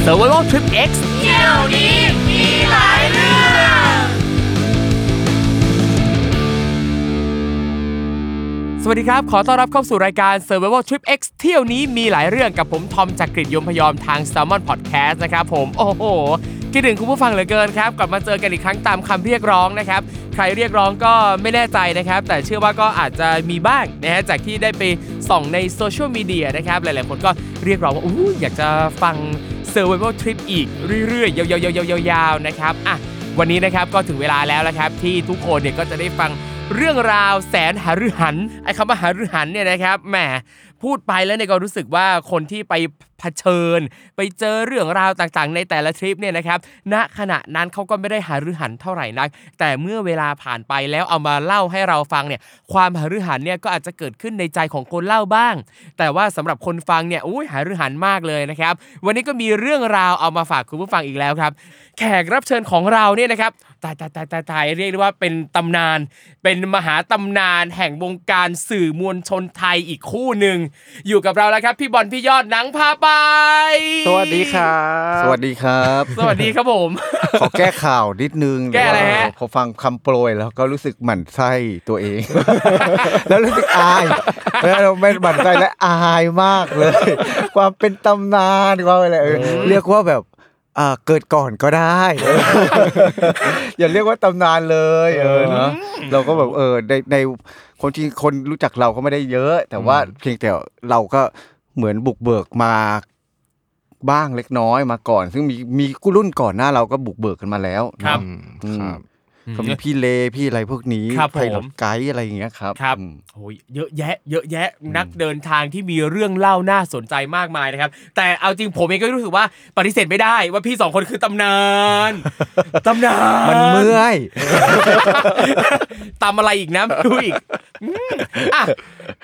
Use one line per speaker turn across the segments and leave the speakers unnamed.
s u r v i v a l Trip X เที่ยวนี้มีหลายเรื่อง สวัสดีครับ ขอต้อนรับเข้าสู่รายการ Survival Trip X เที่ยวนี้มีหลายเรื่องกับผม ทอมจากกรีฑยมพยอมทาง s ซ l m o n Podcast นะครับผม โอ้โห คิดถึงคุณผู้ฟังเหลือเกินครับ กลับมาเจอกันอีกครั้งตามคำเรียกร้องนะครับ ใครเรียกร้องก็ไม่แน่ใจนะครับ แต่เชื่อว่าก็อาจจะมีบ้างนะฮะ จากที่ได้ไปส่องในโซเชียลมีเดียนะครับ หลายๆ คนก็เรียกร้องว่าอู้อยากจะฟัง Survival Trip อีกเรื่อยๆ ยาวๆๆๆๆนะครับอ่ะวันนี้นะครับก็ถึงเวลาแล้วนะครับ ที่ทุกคนเนี่ยก็จะได้ฟังเรื่องราวแสนหฤหันไอ้คำว่าหฤหันเนี่ยนะครับแหมพูดไปแล้วเนี่ยก็รู้สึกว่าคนที่ไปเผชิญ ไปเจอเรื่องราวต่างๆ ในแต่ละทริปเนี่ยนะครับณขณะนั้นเขาก็ไม่ได้หารือหันเท่าไหร่นัก แต่เมื่อเวลาผ่านไปแล้วเอามาเล่าให้เราฟังเนี่ยความหารือหันเนี่ยก็อาจจะเกิดขึ้นในใจของคนเล่าบ้าง แต่ว่าสำหรับคนฟังเนี่ยอุ้ยหารือหันมากเลยนะครับ วันนี้ก็มีเรื่องราวเอามาฝากคุณผู้ฟังอีกแล้วครับ แขกรับเชิญของเราเนี่ยนะครับตายตายตายตายตายเรียกได้ว่าเป็นตำนาน เป็นมหาตำนานแห่งวงการสื่อมวลชนไทยอีกคู่หนึ่งอยู่กับเราแล้วครับ พี่บอลพี่ยอดหนังพาไป
สวัสดีครับ
สวัสดีครับ
สวัสดีครับผม
ขอแก้ข่าวนิดนึง
แก้อะไรฮะ
พอฟังคำโปรยแล้วก็รู้สึกหมั่นไส้ตัวเอง แล้วรู้สึกอาย แล้วไม่หมั่นไส้และอายมากเลย ความเป็นตำนานความอะไรเออเรียกว่าแบบอ่าเกิดก่อนก็ได้ อย่าเรียกว่าตำนานเลยเออเนอะเราก็แบบเออในในคนที่คนรู้จักเราก็ไม่ได้เยอะ แต่ว่าเพียงแต่เราก็เหมือนบุกเบิกมา บ้างเล็กน้อยมาก่อน ซึ่งมีมีรุ่นก่อนหน้าเราก็บุกเบิกกันมาแล้วนะครับ อืม
ครับ
ก็มีพี่เลพี่อะไรพวกนี้
ครับผม
ไพลอตไกด์อะไรอย่างเงี้ยครับ
ครับ
อืม
โอ้ยเยอะแยะ เยอะแยะ นักเดินทางที่มีเรื่องเล่าน่าสนใจมากมายนะครับ แต่เอาจริงผมเองก็รู้สึกว่าปฏิเสธไม่ได้ว่าพี่สองคนคือตำนาน ตำนาน
มันเมื่อย
ตำอะไรอีกนะไม่รู้อีกอืมอ่ะ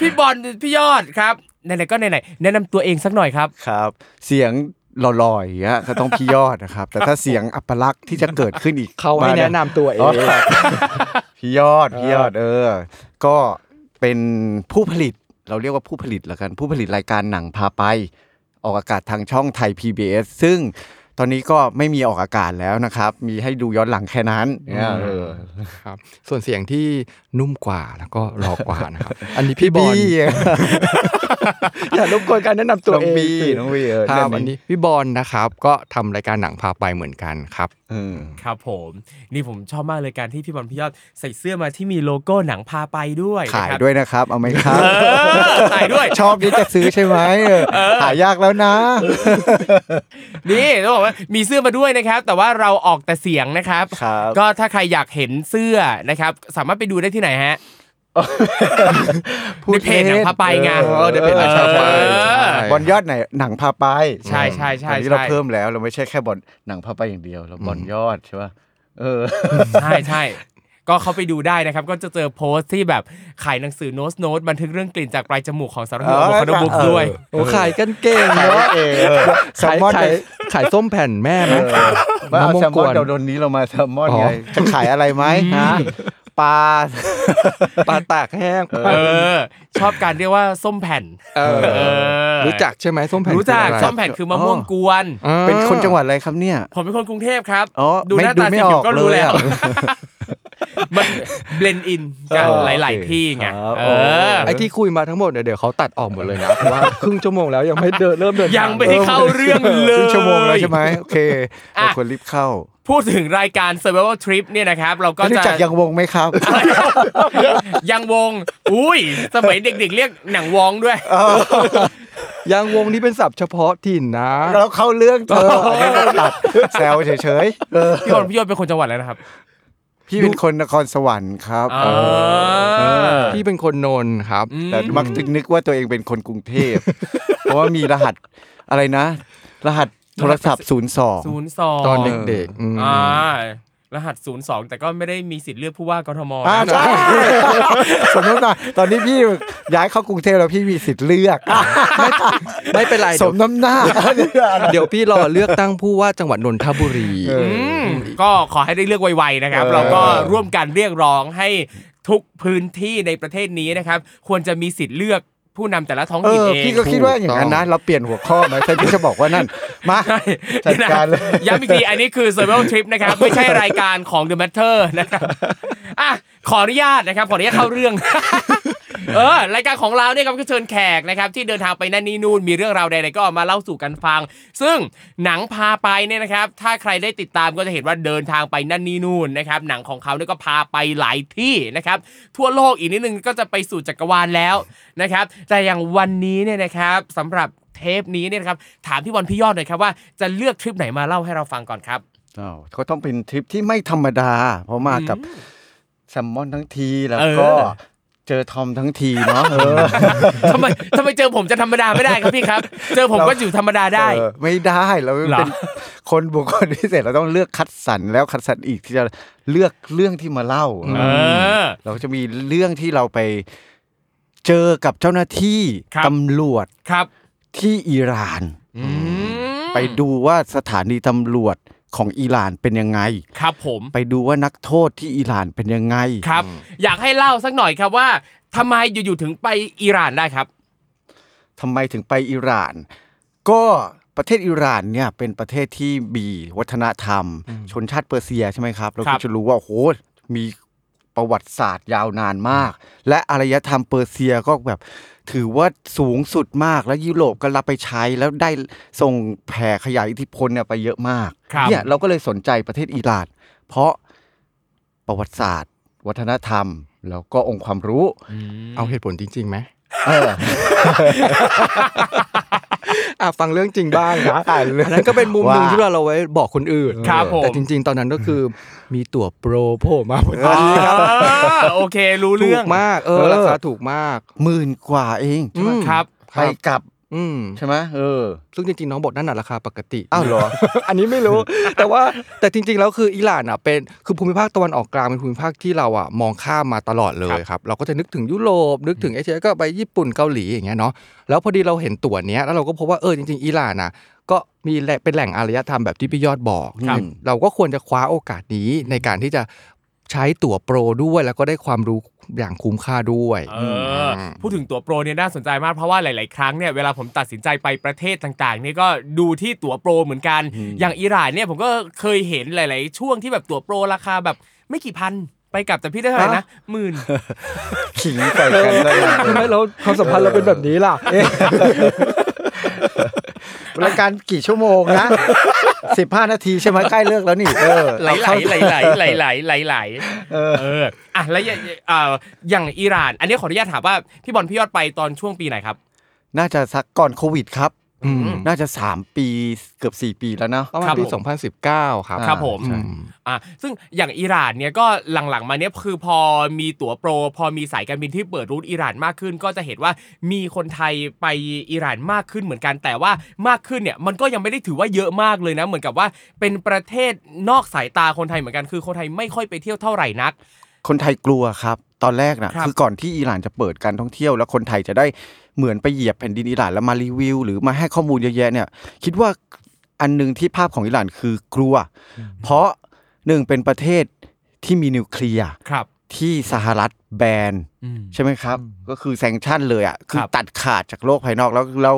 พี่บอลพี่ยอดครับไหนๆก็ไหนๆแนะนำตัวเองสักหน่อยครับ
ครับ เสียงหล่อๆอย่างเงี้ยก็ต้องพี่ยอดนะครับ แต่ถ้าเสียงอัปลักษณ์ที่จะเกิดขึ้นอีก
เขาให้
มย
แนะนำตัวเอ
อ๋อง พี่ยอดพี่ยอดเออ ก็เป็นผู้ผลิตเราเรียกว่าผู้ผลิตแล้วกัน ผู้ผลิตรายการหนังพาไป ออกอากาศทางช่องไทย PBS ซึ่งตอนนี้ก็ไม่มีออกอากาศแล้วนะครับ มีให้ดูย้อนหลังแค่นั้นเนี่ยเออ
ครับ ส่วนเสียงที่นุ่มกว่าแล้วก็รอกว่านะครับ อันนี้พี่บอล อย่ารบกวนการแนะนำตัว
น้อง
เอง
บี
สิ
น้องบีเออ
ครับ
แนะนำ
อันนี้พี่บอลนะครับ ก็ทำรายการหนังพาไปเหมือนกันครับ
เออ
ครับผมนี่ผมชอบมากเลยการที่พี่บอลพี่ยอดใส่เสื้อมาที่มีโลโก้หนังพาไปด้วย
ขาย
นะครับ
ด้วยนะครับ เอาไหมครับ
เออขายด้วย
ชอบที่จะซื้อใช่ไหมเออหายากแล้วนะ
นี่ต้องบอกว่ามีเสื้อมาด้วยนะครับ แต่ว่าเราออกแต่เสียงนะครับ
ครับ
ก็ถ้าใครอยากเห็นเสื้อนะครับ สามารถไปดูได้ที่ไหนฮะ ในเพจหนังพาไปไง
เออเดี๋ยวเพจหนังพาไป
เออ
ใช่
บอลยอดไหนหนังพาไป
ใช่ใช่ใช่
ตอนนี้เรา
ใช่
เพิ่มแล้วเราไม่ใช่แค่บอลหนังพาไปอย่างเดียว เราบอลยอดใช่ป่ะเออ
ใช่ใช่ก็เขาไปดูได้นะครับ ก็จะเจอโพสต์ที่แบบขายหนังสือโน้ตโน้ตบันทึกเรื่องกลิ่นจากปลายจมูกของสารพัด
เออ
บุคคลบุกด้วย
โอ้ขายกันเก่งเนาะ
เออเออแซล
ขาย
มอน
ขายขายส้มแผ่นแม่ไหม
ว่าเอา
มะม่ว
แซล
ง
ม
ก
อน
วน
เดี๋ยวโดนนี้เรามาแซลมอน
อ๋อ
ไงจะขายอะไรไหมฮะปลา
ปลาตากแห้ง
เออ ชอบการเรียกว่าส้มแผ่น
เออ
เออ
รู้จักใช่ไหมส้มแผ่น
รู้จัก
คืออะไร
ส้มแผ่นคือมะม่วง
อ๋อ
กวน
อ่า
เป็นคนจังหวัดอะไรครับเนี่ย
ผมเป็นคนกรุงเทพครับ
อ๋อ
ดู
ไม่
หน้า
ดู
ตา
ไม่
สี
อ
ผิ
อ
ว
ก
ก็รู้
เลย
แล้ว
อะ
มันเบลนอินกัน
เออ
หลาย
โอ
ๆ
เค
ที่ไง
ครับ
เอ
โอ้
อ
ไอ้ที่คุยมาทั้งหมดเนี่ยเดี๋ยวเขาตัดออกหมดเลยนะเพราะว่าครึ่งชั่วโมงแล้วยังไม่เดินเริ่มเดิน
ยังไม่ได้เข้าเรื่องเลย
ครึ่งชั่วโมงแล้วใช่ไหมโอเคเราควรรีบเข้า
พูดถึงรายการ Survival Trip เนี่ยนะครับ เราก็
รู้
จะ
จักยังวงไหมครับ
ยังวง อุ้ย สมัยเด็ก ๆ เรียกหนังวองด้วย
ยังวงนี้เป็นศัพท์เฉพาะถิ่นนะ
เราเข้าเรื่องเธอให้เราตัดแซวเฉยๆเออ
พี่ยนพี่ยนเป็นคนจังหวัดอะไรนะครับ
พี่เป็นคนนครสวรรค์ครับ
อ่า
พี่เป็นคนนนท์ครับ
แต่มักจะนึกว่าตัวเองเป็นคนกรุงเท พ เพราะว่ามีรหัสอะไรนะ รหัสโทรศัพท์02
ศูนย์สอง
ตอนเด็กๆอืม
อ่า รหัสศูนย์สองแต่ก็ไม่ได้มีสิทธิ์เลือกผู้ว่ากทม
อ่า
นะ
ใช่ สมน้ำหน้าตอนนี้พี่ย้ายเข้ากรุงเทพแล้วพี่มีสิทธิ์เลือก
ไม่เป็นไร
สม
เดี๋ยว
น้ำหน้า
เดี๋ยวพี่รอเลือกตั้งผู้ว่าจังหวัดนนทบุรี
อืมก็ขอให้ได้เลือกไวๆนะครับ
เออ
เราก็ร่วมกันเรียกร้องให้ทุกพื้นที่ในประเทศนี้นะครับ ควรจะมีสิทธิ์เลือกผู้นำแต่ละท้อง
เอ
ถิ่น
อ
เอง
พี่ก็คิดว่าอย่างนั้นนะ เราเปลี่ยนหัวข้อไหมใช่พี่จะบอกว่านั่น มา จัดการเลย
ย้ำอีกทีอันนี้คือ Survival Trip นะครับ ไม่ใช่รายการของ The Matter นะครับอ่ะขออนุญาตนะครับ ขออนุญาตเข้าเรื่อง เออรายการของเราเนี่ยครับก็เชิญแขกนะครับ ที่เดินทางไปนั่นนี่นู่นมีเรื่องราวใดๆก็เอามาเล่าสู่กันฟัง ซึ่งหนังพาไปเนี่ยนะครับ ถ้าใครได้ติดตามก็จะเห็นว่าเดินทางไปนั่นนี่นู่นนะครับ หนังของเขาเนี่ยก็พาไปหลายที่นะครับ ทั่วโลกอีกนิดนึงก็จะไปสู่จักรวาลแล้วนะครับ แต่อย่างวันนี้เนี่ยนะครับสำหรับเทปนี้เนี่ยนะครับถามพี่บอลพี่ยอดหน่อยครับว่าจะเลือกทริปไหนมาเล่าให้เราฟังก่อนครับ
อ้าวก็ต้องเป็นทริปที่ไม่ธรรมดา เพราะมากับแซมมอนทั้งทีแล้วก็
เออ
เจอทอมทั้งทีเนาะเออ
ทำไมทำไมเจอผมจะธรรมดาไม่ได้ครับพี่ครับ เจอผมก็อยู่ธรรมดาได้
เออไม่ได้เรา
เหรอ
เป็นคนบุคคลพิเศษเราต้องเลือกคัดสรรแล้วคัดสรรอีกที่จะเลือกเรื่องที่มาเล่า
เออ
เราจะมีเรื่องที่เราไปเจอกับเจ้าหน้าที่
ครับ
ตำรวจ
ครับ
ที่อิหร่าน
อืม
ไปดูว่าสถานีตำรวจของอิหร่านเป็นยังไง
ครับผม
ไปดูว่านักโทษที่อิหร่านเป็นยังไง
ครับ อยากให้เล่าสักหน่อยครับว่าทำไมอยู่ๆถึงไปอิหร่านได้ครับ
ทำไมถึงไปอิหร่าน ก็ประเทศอิหร่านเนี่ยเป็นประเทศที่มีวัฒนธรรม ชนชาติเปอร์เซียใช่ไหมครับ เรา
ครั
ก็
บ
จะรู้ว่าโอ้โหมีประวัติศาสตร์ยาวนานมาก และอารยธรรมเปอร์เซียก็แบบถือว่าสูงสุดมากแล้วยุโรปก็รับไปใช้แล้วได้ส่งแผ่ขยายอิทธิพลเนี่ยไปเยอะมาก
ครับ
เนี่ยเราก็เลยสนใจประเทศอิหร่าน เพราะประวัติศาสตร์ วัฒนธรรม แล้วก็องค์ความรู้
เอาเหตุผลจริงๆไหม
เออ
อ่ะฟังเรื่องจริงบ้างนะ
อ่ะเรื่อง
อันนั้นก็เป็นมุมหนึ่ง
ว่า
ที่เราเราไว้บอกคนอื่น
ครับผม
แต่จริง ๆ ตอนนั้นก็คือมีตั๋วโปรโผล่มาพอดี
เออโอเค รู้
ถู
เรื่อก ง
มากเออราคาถูกมาก
หมื่นกว่าเอง
อืม
ครับ
ไปกลับ
อืม
ใช่ไหมเออ
ซึ่งจริงๆน้องบอกนั่นน่ะราคาปกติ
อ้าวเหรอ
อันนี้ไม่รู้ แต่ว่าแต่จริงๆแล้วคืออิหร่านอ่ะเป็นคือภูมิภาคตะวันออกกลางเป็นภูมิภาคที่เราอ่ะมองข้ามมาตลอดเลยครับ เราก็จะนึกถึงยุโรปนึกถึงเอเชียก็ไปญี่ปุ่นเกาหลีอย่างเงี้ยเนาะแล้วพอดีเราเห็นตั๋วเนี้ยแล้วเราก็พบว่าเออจริงๆอิหร่านอ่ะก็มีแหล่งเป็นแหล่งอารยธรรมแบบที่พี่ยอดบอก
ครับ
เราก็ควรจะคว้าโอกาสนี้ในการที่จะใช้ตั๋วโปรด้วยแล้วก็ได้ความรู้อย่างคุ้มค่าด้วย
เอออพูดถึงตั๋วโปรเนี่ยน่าสนใจมากเพราะว่าหลาย ๆ ครั้งเนี่ยเวลาผมตัดสินใจไปประเทศต่าง ๆ เนี่ยก็ดูที่ตั๋วโปรเหมือนกัน อย่างอิหร่านเนี่ยผมก็เคยเห็นหลาย ๆ ช่วงที่แบบตั๋วโปรราคาแบบไม่กี่พันไปกลับแต่พี่ได้เท่าไหร่นะหมื่น
ขิงใส่กันได้ยังไง
ทำไมเราความสัมพันธ์เราเป็นแบบนี้ล่ะ
รายการกี่ชั่วโมงนะ สิบห้านาทีใช่ไหมใกล้เลิกแล้วนี่ เออ
ไหลไหลไหลไหลไหลไหลไหลไหลเอออ่ะแล้วอย่างเอ่ออย่างอิหร่าน อันนี้ขออนุญาตถามว่าพี่บอลพี่ยอดไปตอนช่วงปีไหนครับ
น่าจะสักก่อนโควิดครับ
อืม
น่าจะสามปีเกือบสี่ปีแล้วเนาะ
ประมาณ
ครับ
ปี
ผม
2019 ครับ
ครับผม
ใช่
อ่ะซึ่งอย่างอิหร่านเนี่ยก็หลังๆมาเนี่ยคือพอมีตั๋วโปร พอมีสายการบินที่เปิดรูทอิหร่านมากขึ้น ก็จะเห็นว่ามีคนไทยไปอิหร่านมากขึ้นเหมือนกันแต่ว่ามากขึ้นเนี่ยมันก็ยังไม่ได้ถือว่าเยอะมากเลยนะ เหมือนกับว่าเป็นประเทศนอกสายตาคนไทยเหมือนกันคือคนไทยไม่ค่อยไปเที่ยวเท่าไหร่นัก
คนไทยกลัวครับ ตอนแรกนะครับ คือก่อนที่อิหร่านจะเปิดการท่องเที่ยว แล้วคนไทยจะได้เหมือนไปเหยียบแผ่นดินอิหร่านแล้วมารีวิว หรือมาให้ข้อมูลเยอะแยะเนี่ย คิดว่าอันหนึ่งที่ภาพของอิหร่านคือกลัว เพราะหนึ่งเป็นประเทศที่มีนิวเคลียร์
ครับ
ที่สหรัฐแบน
อืม
ใช่ไหมครับ ก็คือแซงชั่นเลยอ่ะคือ
ครับ
ตัดขาดจากโลกภายนอกแล้วแล้ว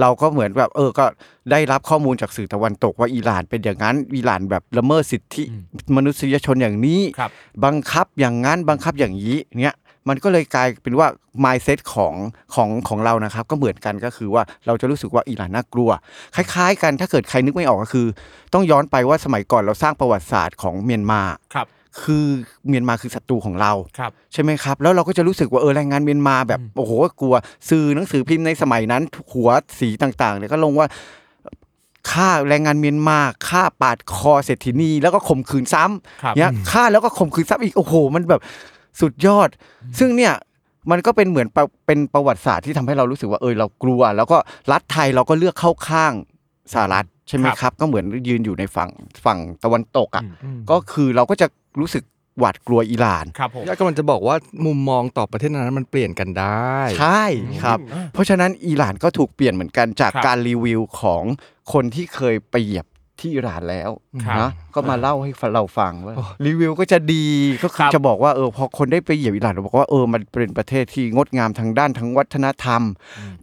เราก็เหมือนแบบเออก็ได้รับข้อมูลจากสื่อตะวันตกว่าอิหร่านเป็นอย่างนั้นอิหร่านแบบละเมิดสิทธิ
อืม
มนุษยชนอย่างนี้
ครับ
งคับอย่างนั้นบังคับอย่างนี้เนี่ยมันก็เลยกลายเป็นว่า mindset ของของของเรานะครับ ก็เหมือนกันก็คือว่าเราจะรู้สึกว่าอิหร่านน่ากลัว คล้าย ๆ กันถ้าเกิดใครนึกไม่ออกก็คือ ต้องย้อนไปว่าสมัยก่อนเราสร้างประวัติศาสตร์ของเมียนมา
ครับ
คือเมียนมาคือศัตรูของเรา
ครับ
ใช่ไหมครับ แล้วเราก็จะรู้สึกว่าเออแรงงานเมียนมาแบบโอ้โหกลัวสื่อหนังสือพิมพ์ในสมัยนั้น หัวสีต่างๆเนี่ยก็ลงว่าฆ่าแรงงานเมียนมาฆ่าปาดคอเศรษฐินีแล้วก็ข่มขืนซ้
ครับ
ำเนี่ยฆ่าแล้วก็ข่มขืนซ้ำอีกโอ้โห มันแบบสุดยอด ซึ่งเนี่ยมันก็เป็นเหมือนประเป็นประวัติศาสตร์ที่ทำให้เรารู้สึกว่าเออเรากลัว แล้วก็รัฐไทยเราก็เลือกเข้าข้างสหรัฐใช่ไหมครับ ก็เหมือนยืนอยู่ในฝั่งฝั่งตะวันตกอ่ะก็คือเราก็จะรู้สึกหวาดกลัวอิหร่าน
ครับผม
ยากกำลังจะบอกว่ามุมมองต่อประเทศนั้นมันเปลี่ยนกันได้
ใช่ครับ เพราะฉะนั้นอิหร่านก็ถูกเปลี่ยนเหมือนกันจากการรีวิวของคนที่เคยไปเหยียบที่อิหร่านแล้ว
ครับ
นะก็มาเล่าให้เราฟังว่ารีวิวก็จะดีก็
ค
คือ
รับ
จะบอกว่าเออพอคนได้ไปเหยียบอิหร่านเราบอกว่าเออมันเป็นประเทศที่งดงามทางด้านทั้งวัฒนธรรม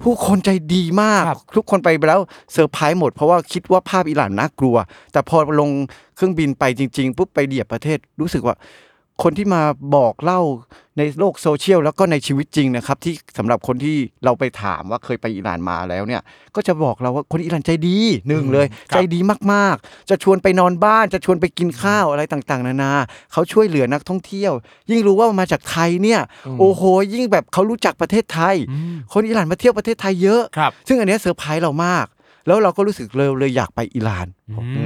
ผู้คนใจดีมาก
ครับ
ทุกคนไปแล้วเซอร์ไพรส์หมด เพราะว่าคิดว่าภาพอิหร่านน่ากลัว แต่พอลงเครื่องบินไปจริงๆปุ๊บไปเหยียบประเทศรู้สึกว่า คนที่มาบอกเล่าในโลกโซเชียลแล้วก็ในชีวิตจริงนะครับ ที่สำหรับคนที่เราไปถามว่าเคยไปอิหร่านมาแล้วเนี่ย ก็จะบอกเราว่าคนอิหร่านใจดีหนึ่งเลย
ครับ
ใจดีมากๆ จะชวนไปนอนบ้าน จะชวนไปกินข้าวอะไรต่างๆ นานาเขาช่วยเหลือนักท่องเที่ยว ยิ่งรู้ว่ามาจากไทยเนี่ย โอ้โห ยิ่งแบบเขารู้จักประเทศไทย คนอิหร่านมาเที่ยวประเทศไทยเยอะ
ครับ
ซึ่งอันเนี้ยเซอร์ไพรส์เรามาก แล้วเราก็รู้สึกเลยเลยอยากไปอิหร่าน
อื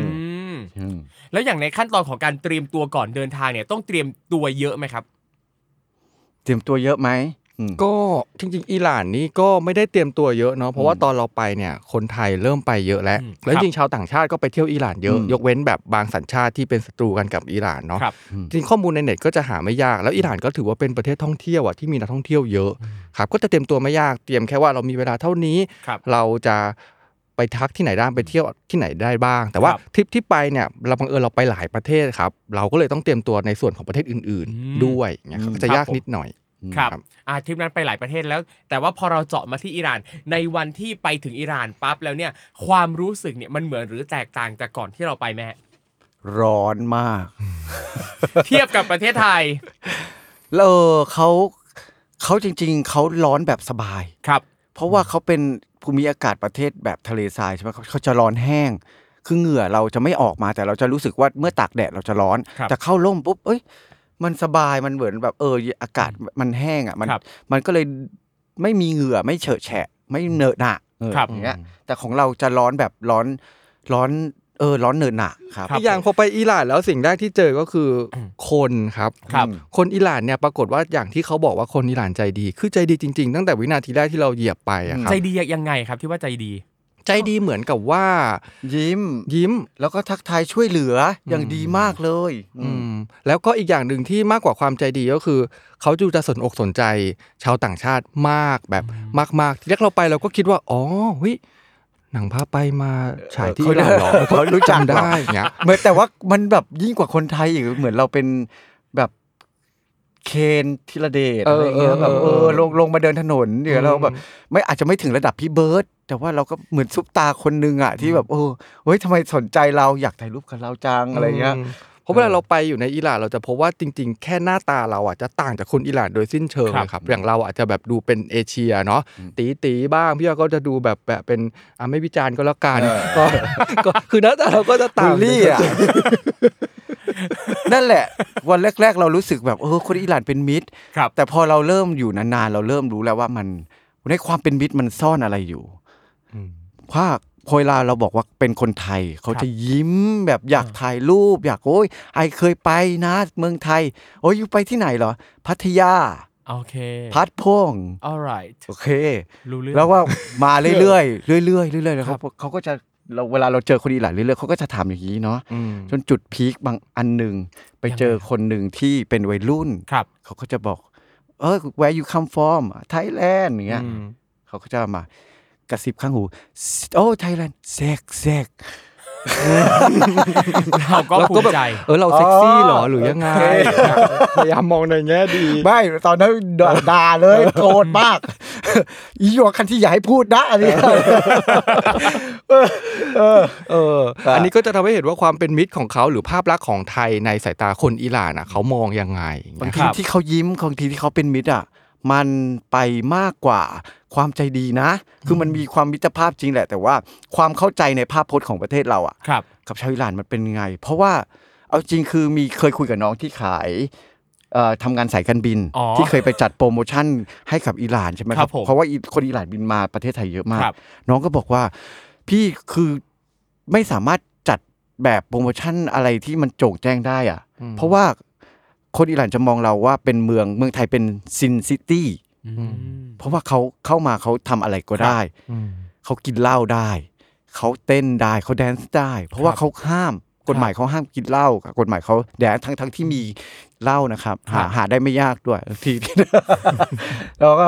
ม
อืม
แล้วอย่างในขั้นตอนของการเตรียมตัวก่อนเดินทางเนี่ยต้องเตรียมตัวเยอะไหมครับ
เตรียมตัวเยอะไหมอืม
ก็จริงๆอิหร่านนี่ก็ไม่ได้เตรียมตัวเยอะเนาะเพราะว่าตอนเราไปเนี่ยคนไทยเริ่มไปเยอะแล้ว
อืม
แล้ว
ครับ
จริงๆชาวต่างชาติก็ไปเที่ยวอิหร่านเยอะ
อืม
ยกเว้นแบบบางสัญชาติที่เป็นศัตรูกันกับอิหร่านเนาะ
ครับ
จริงๆข้อมูลในเน็ตก็จะหาไม่ยากแล้วอิหร่านก็ถือว่าเป็นประเทศท่องเที่ยวอ่ะที่มีนักท่องเที่ยวเยอะครับก็จะเตรียมตัวไม่ยากเตรียมแค่ว่าเรามีเวลาเท่านี้
ครับ
เราจะไปทักที่ไหนได้ไปเที่ยวที่ไหนได้บ้าง แต่ว่า
ครับ
ทริปที่ไปเนี่ยเราบังเอิญเราไปหลายประเทศครับเราก็เลยต้องเตรียมตัวในส่วนของประเทศอื่น
อืม
ๆ ด้วยเนี่ยครับก็จะยากนิดหน่อย
ครับ
ครับ
อ่าทริปนั้นไปหลายประเทศแล้ว แต่ว่าพอเราเจาะมาที่อิหร่าน ในวันที่ไปถึงอิหร่านปั๊บแล้วเนี่ย ความรู้สึกเนี่ยมันเหมือนหรือแตกต่างจากก่อนที่เราไปแม่
ร้อนมาก
เทียบกับประเทศไทย
แล้วเออเขาเขาจริง ๆ เขาร้อนแบบสบาย
ครับ
เพราะว่าเขาเป็นภูมิอากาศประเทศแบบทะเลทรายใช่ไหมเขาเขาจะร้อนแห้ง คือเหงื่อเราจะไม่ออกมาแต่เราจะรู้สึกว่าเมื่อตากแดดเราจะร้อน
ครับ
แต่เข้าร่มปุ๊บเอ้ยมันสบายมันเหมือนแบบเอออากาศมันแห้งอ่ะมัน
ครับ
มันก็เลยไม่มีเหงื่อไม่เฉอะแฉะ ไม่เหนอะหนะเออ
ครับ
อย่างเงี้ยแต่ของเราจะร้อนแบบร้อนร้อนเออร้อนเหนอะหนะครับ
อีกอย่างพอไปอิหร่านแล้วสิ่งแรกที่เจอก็คืออคนครับ
ครับ
คนอิหร่านเนี่ยปรากฏว่าอย่างที่เขาบอกว่าคนอิหร่านใจดี คือใจดีจริงๆ ตั้งแต่วินาทีแรกที่เราเหยียบไปอะครับ
ใจดียังไงครับที่ว่าใจดี
ใจดีเหมือนกับว่า
ยิ้ม
ยิ้ม
แล้วก็ทักทายช่วยเหลืออย่างดีมากเลย
อืมแล้วก็อีกอย่างหนึ่งที่มากกว่าความใจดีก็คือ เขาดูจะสนอกสนใจ ชาวต่างชาติมากแบบมากๆ ที่แรกเราไปเราก็คิดว่า อ๋อเฮ้ยหนังพาไปมาฉายที่
เขา
อิหร่านเหรอ
เขารู้จักเหรอ
จำได้อย่างเงี้ย
เหมือนแต่ว่ามันแบบยิ่งกว่าคนไทยอีกเหมือนเราเป็นแบบเคนธีรเดช
เอ
อะไร
อ
เงี้ยแบบ
เออ
เอ
เออ
อลงลงมาเดินถนนเดี๋ย
อื
ว
ม
เราแบบไม่อาจจะไม่ถึงระดับพี่เบิร์ดแต่ว่าเราก็เหมือนซุปตาคนหนึงอ่ะที่แบบเออเฮ้ยทำไมสนใจเราอยากถ่ายรูปกับเราจังอะไรเงี้ย
มเพราะเวลาเราไปอยู่ในอิหร่านเราจะพบว่าจริง ๆ แค่หน้าตาเราอ่ะจะต่างจากคนอิหร่านโดยสิ้นเชิง
ครับ
เลยครับอย่างเราอาจจะแบบดูเป็นเอเชียเนาะตีตีๆบ้างพี่ว่าก็จะดูแบบแบบเป็นอ่ะไม่วิจารณ์ก็แล้วกันก็ ก็คือหน้าตาเราก็จะ
บู
ต่าง
ลลี่อ่ะ นั่นแหละ วันแรก ๆ เรารู้สึกแบบเออคนอิหร่านเป็นมิตร
ครับ
แต่พอเราเริ่มอยู่นานๆ เราเริ่มรู้แล้วว่ามันในความเป็นมิตรมันซ่อนอะไรอยู่ภาคพอเวลาเราบอกว่าเป็นคนไทย เขาจะยิ้มแบบอยากถ่ายรูป อยากโอ้ยไอเคยไปนะ เมืองไทย โอ้ยอยู่ไปที่ไหนเหรอ พัทยา
โอเค
พัดพง
alright
โอเค
รู้เรื่อง
แล้วว่ามาเรื่อยๆเรื่อยๆเรื่อยๆนะครับเขาก็จะเราเวลาเราเจอคนอิหร่านเรื่อยๆเขาก็จะถามอย่างนี้เนาะ
อืม
จนจุดพีคบางอันหนึ่งไปเจอคนหนึ่งที่เป็นวัยรุ่น
ครับ
เขาก็จะบอก เออ where you come from Thailand อย่างเงี้ย
อืม
เขาก็จะมากระซิบข้างหู โอ้ Thailand เซ็กเซ็ก
เราก็ภูมิใจ
เออเราเซ็กซี่เหรอหรือยังไง
โอเค
พยายามมองในแง่ดี
ไม่ตอนนั้นด่าเลยโกรธ มาก อีหยวกคันที่อย่าให้พูดนะอันนี้
เอออัน นี้ก็จะทำให้เห็นว่าความเป็นมิตรของเขาหรือภาพลักษณ์ของไทยในสายตาคนอิหร่านอ่ะเขามองยังไงอย่าง
บาง
เงี้
ค
ที
ย
รับ
ที่เขายิ้มบางทีที่เขาเป็นมิตรอ่ะมันไปมากกว่าความใจดีนะ คือมันมีความมิตรภาพจริงแหละ แต่ว่าความเข้าใจในภาพพจน์ของประเทศเราอ่ะ
ครับ
กับชาวอิหร่านมันเป็นไง เพราะว่าเอาจริงคือมีเคยคุยกับน้องที่ขายเอ่อทำงานสายการบิน
อ๋อ
ที่เคยไปจัดโปรโมชั่นให้กับอิหร่านใช่ไหมค
ครั
รั
บบ ผม
เพราะว่าอีคนอิหร่านบินมาประเทศไทยเยอะมาก
ครับ
น้องก็บอกว่าพี่คือไม่สามารถจัดแบบโปรโมชั่นอะไรที่มันโจ่งแจ้งได้อะเพราะว่าคนอิหร่านจะมองเราว่าเป็นเมืองเมืองไทยเป็นซินซิตี้ เพราะว่าเขาเข้ามาเขาทำอะไรก็ได้ เขากินเหล้าได้ เขาเต้นได้ เขาแดนซ์ได้ เพราะว่าเขาห้าม กฎหมายเขาห้ามกินเหล้ากฎหมายเขาแดนซ์ทั้งทั้งที่มีเหล้านะครับ หาหาได้ไม่ยากด้วย ที แล้วก็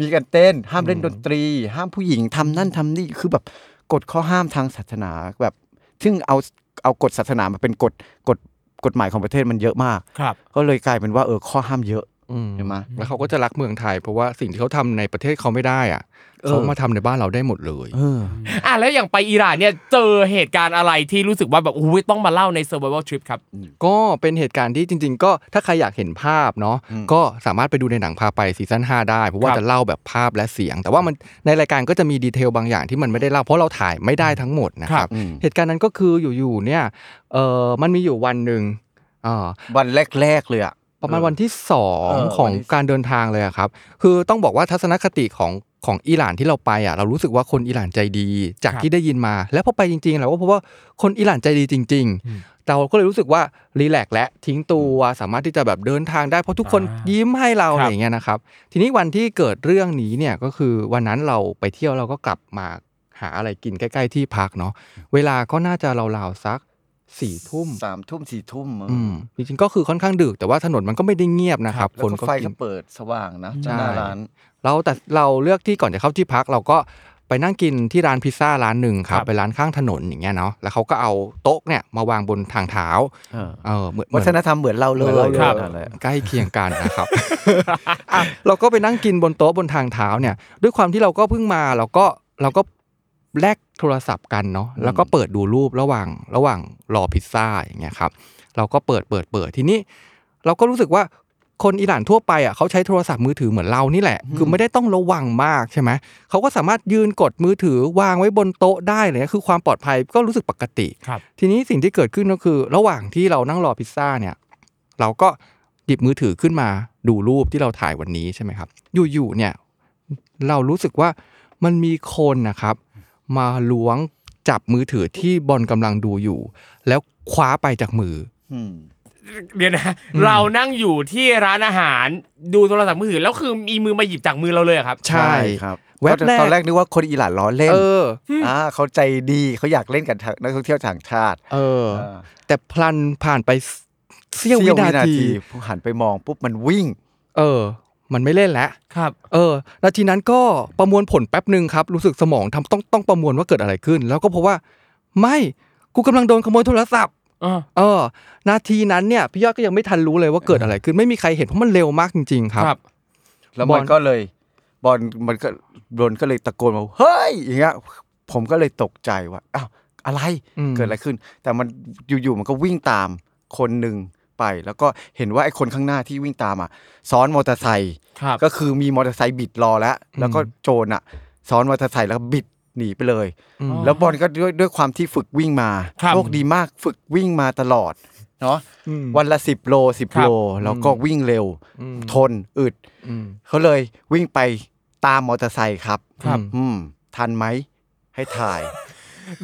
มีการเต้น ห้ามเล่นดนตรี ห้ามผู้หญิงทำนั่นทำนี่ คือแบบกฎข้อห้ามทางศาสนาแบบ ซึ่งเอาเอากฎศาสนามาเป็นกฎกฎกฎหมายของประเทศมันเยอะมาก
ครับ
ก็เลยกลายเป็นว่าเออข้อห้ามเยอะ
อืม
เห็นไหม
แล้วเขาก็จะรักเมืองไทย เพราะว่าสิ่งที่เขาทำในประเทศเขาไม่ได้อ่ะ
เออ
เขามาทำในบ้านเราได้หมดเลย
เออ
อ่ะแล้วอย่างไปอิหร่านเนี่ยเจอเหตุการณ์อะไรที่รู้สึกว่าแบบอุ้ยต้องมาเล่าใน survival trip ครับ
ก็เป็นเหตุการณ์ที่จริง ๆ ก็ถ้าใครอยากเห็นภาพเนาะก็สามารถไปดูในหนังพาไปซีซั่น5ได้ เพราะว่า
ครับ
จะเล่าแบบภาพและเสียง แต่ว่ามันในรายการก็จะมีดีเทลบางอย่างที่มันไม่ได้เล่าเพราะเราถ่ายไม่ได้ทั้งหมดนะค
ครั
รับ บ เหตุการณ์นั้นก็คืออยู่ๆเนี่ยเออมันมีอยู่วันหนึ่งอ่า
วันแรก ๆ เลยอ่ะ
ประมาณวันที่สอง
เออ
ของ
วันที่สอง
การเดินทางเลยอะครับ คือต้องบอกว่าทัศนคติของของอิหร่านที่เราไปอ่ะเรารู้สึกว่าคนอิหร่านใจดี จาก
ครับ
ที่ได้ยินมา แล้วพอไปจริงๆเราก็พบว่าคนอิหร่านใจดีจริง
อืม
ๆ เราก็เลยรู้สึกว่ารีแลกซ์และทิ้งตัวสามารถที่จะแบบเดินทางได้เพราะทุกคน
อ่ายิ้
ยิ้มให้เรา
ครับ
อะไรอย่างเงี้ยนะครับ ทีนี้วันที่เกิดเรื่องนี้เนี่ยก็คือวันนั้นเราไปเที่ยวเราก็กลับมาหาอะไรกินใกล้ ๆ ที่พักเนาะเวลาก็น่าจะราวๆสักสี่ทุ่ม
สามทุ่มสี่ทุ่มเอออ
อืมจริงๆก็คือค่อนข้างดึกแต่ว่าถนนมันก็ไม่ได้เงียบนะครับ
แล้ว
คน
ก็
ก็
ไฟ
กิ
ก็
น
เปิดสว่างนะ
ใช่
หน้าร้าน
เราแต่เราเลือกที่ก่อนจะเข้าที่พัก เราก็ไปนั่งกินที่ร้านพิซซ่าร้านหนึ่งครั
ค
บ
รับ
ไปนร้านข้างถนนอย่างเงี้ยเนาะแล้วเขาก็เอาโต๊ะเนี่ยมาวางบนทางเท้า
เออ
เออเหมือนเหมื
วั
อน
ฒนธรรมเหมือนเราเลย
เหมือนเราเลยครับ
นั่นแหละ
ใกล้เคียงกัน นะครับ อ่ะเราก็ไปนั่งกินบนโต๊ะบนทางเท้าเนี่ย ด้วยความที่เราก็เพิ่งมาเราก็เราก็แลกโทรศัพท์กันเนาะแล้วก็เปิดดูรูประหว่างระหว่างรอพิซซ่าอย่างเงี้ยครับ เราก็เปิดเปิดเปิดทีนี้ เราก็รู้สึกว่าคนอิหร่านทั่วไปอ่ะเขาใช้โทรศัพท์มือถือเหมือนเรานี่แหละ คือไม่ได้ต้องระวังมากใช่ไหมเขาก็สามารถยืนกดมือถือวางไว้บนโต๊ะได้เลยนะคือความปลอดภัยก็รู้สึกปกติ
ครับ
ทีนี้สิ่งที่เกิดขึ้นก็คือ ระหว่างที่เรานั่งรอพิซซ่าเนี่ย เราก็หยิบมือถือขึ้นมาดูรูปที่เราถ่ายวันนี้ใช่ไหมครับ อยู่ๆเนี่ยเรารู้สึกว่ามันมีคนนะครับ มาล้วงจับมือถือที่บอลกำลังดูอยู่ แล้วคว้าไปจากมือ
อืม
เดี๋ยวนะเรานั่งอยู่ที่ร้านอาหารดูโทรศัพท์มือถือแล้วคือมีมือมาหยิบจากมือเราเลยอะครับ
ใช่ครับ
แวบแรก
ตอนแรกนึกว่าคนอิหร่านล้อเล่น
เออ
อ่าเขาใจดีเขาอยากเล่นกับนักท่องเที่ยวต่างชาติ
เออ
อ่า
แต่พลันผ่านไปเสี้ยววินาที
ผมหันไปมองปุ๊บมันวิ่ง
เออ มันไม่เล่นแล้ว
ครับ
เออนาทีนั้นก็ประมวลผลแป๊บหนึ่งครับ รู้สึกสมองทำต้องต้องประมวลว่าเกิดอะไรขึ้น แล้วก็พบว่า ไม่กูกำลังโดนขโมยโทรศัพท์
เออ
เออ นาทีนั้นเนี่ยพี่ยอดก็ยังไม่ทันรู้เลยว่าเกิดอะไรขึ้น ไม่มีใครเห็นเพราะมันเร็วมากจริง ๆ ครับ
ครับ
แล้ว
บอ
มั
ล
นก็เลยบอลมันก็บอลก็เลยตะโกนมาเฮ้ยอย่างเงี้ยผมก็เลยตกใจว่าอ้าวอะไรเกิดอะไรขึ้น แต่มันอยู่ๆมันก็วิ่งตามคนหนึ่งไป แล้วก็เห็นว่าไอ้คนข้างหน้าที่วิ่งตามอ่ะซ้อนมอเตอร์ไซค์
ครับ
ก็คือมีมอเตอร์ไซค์บิดรอแล้ว แล้วก็โจรอ่ะ ซ้อนมอเตอร์ไซค์แล้วก็บิดหนีไปเลย
อืม
แล้วบอลก็ด้วยด้วยความที่ฝึกวิ่งมา
ครับ
โชคดีมากฝึกวิ่งมาตลอดเนาะ
อืม
วันละสิบโลสิบโลแล้วก็วิ่งเร็ว ทนอึด
อืม
เขาเลยวิ่งไปตามมอเตอร์ไซค์ครับ
ครับ
อืมทันไหมให้ ถ่าย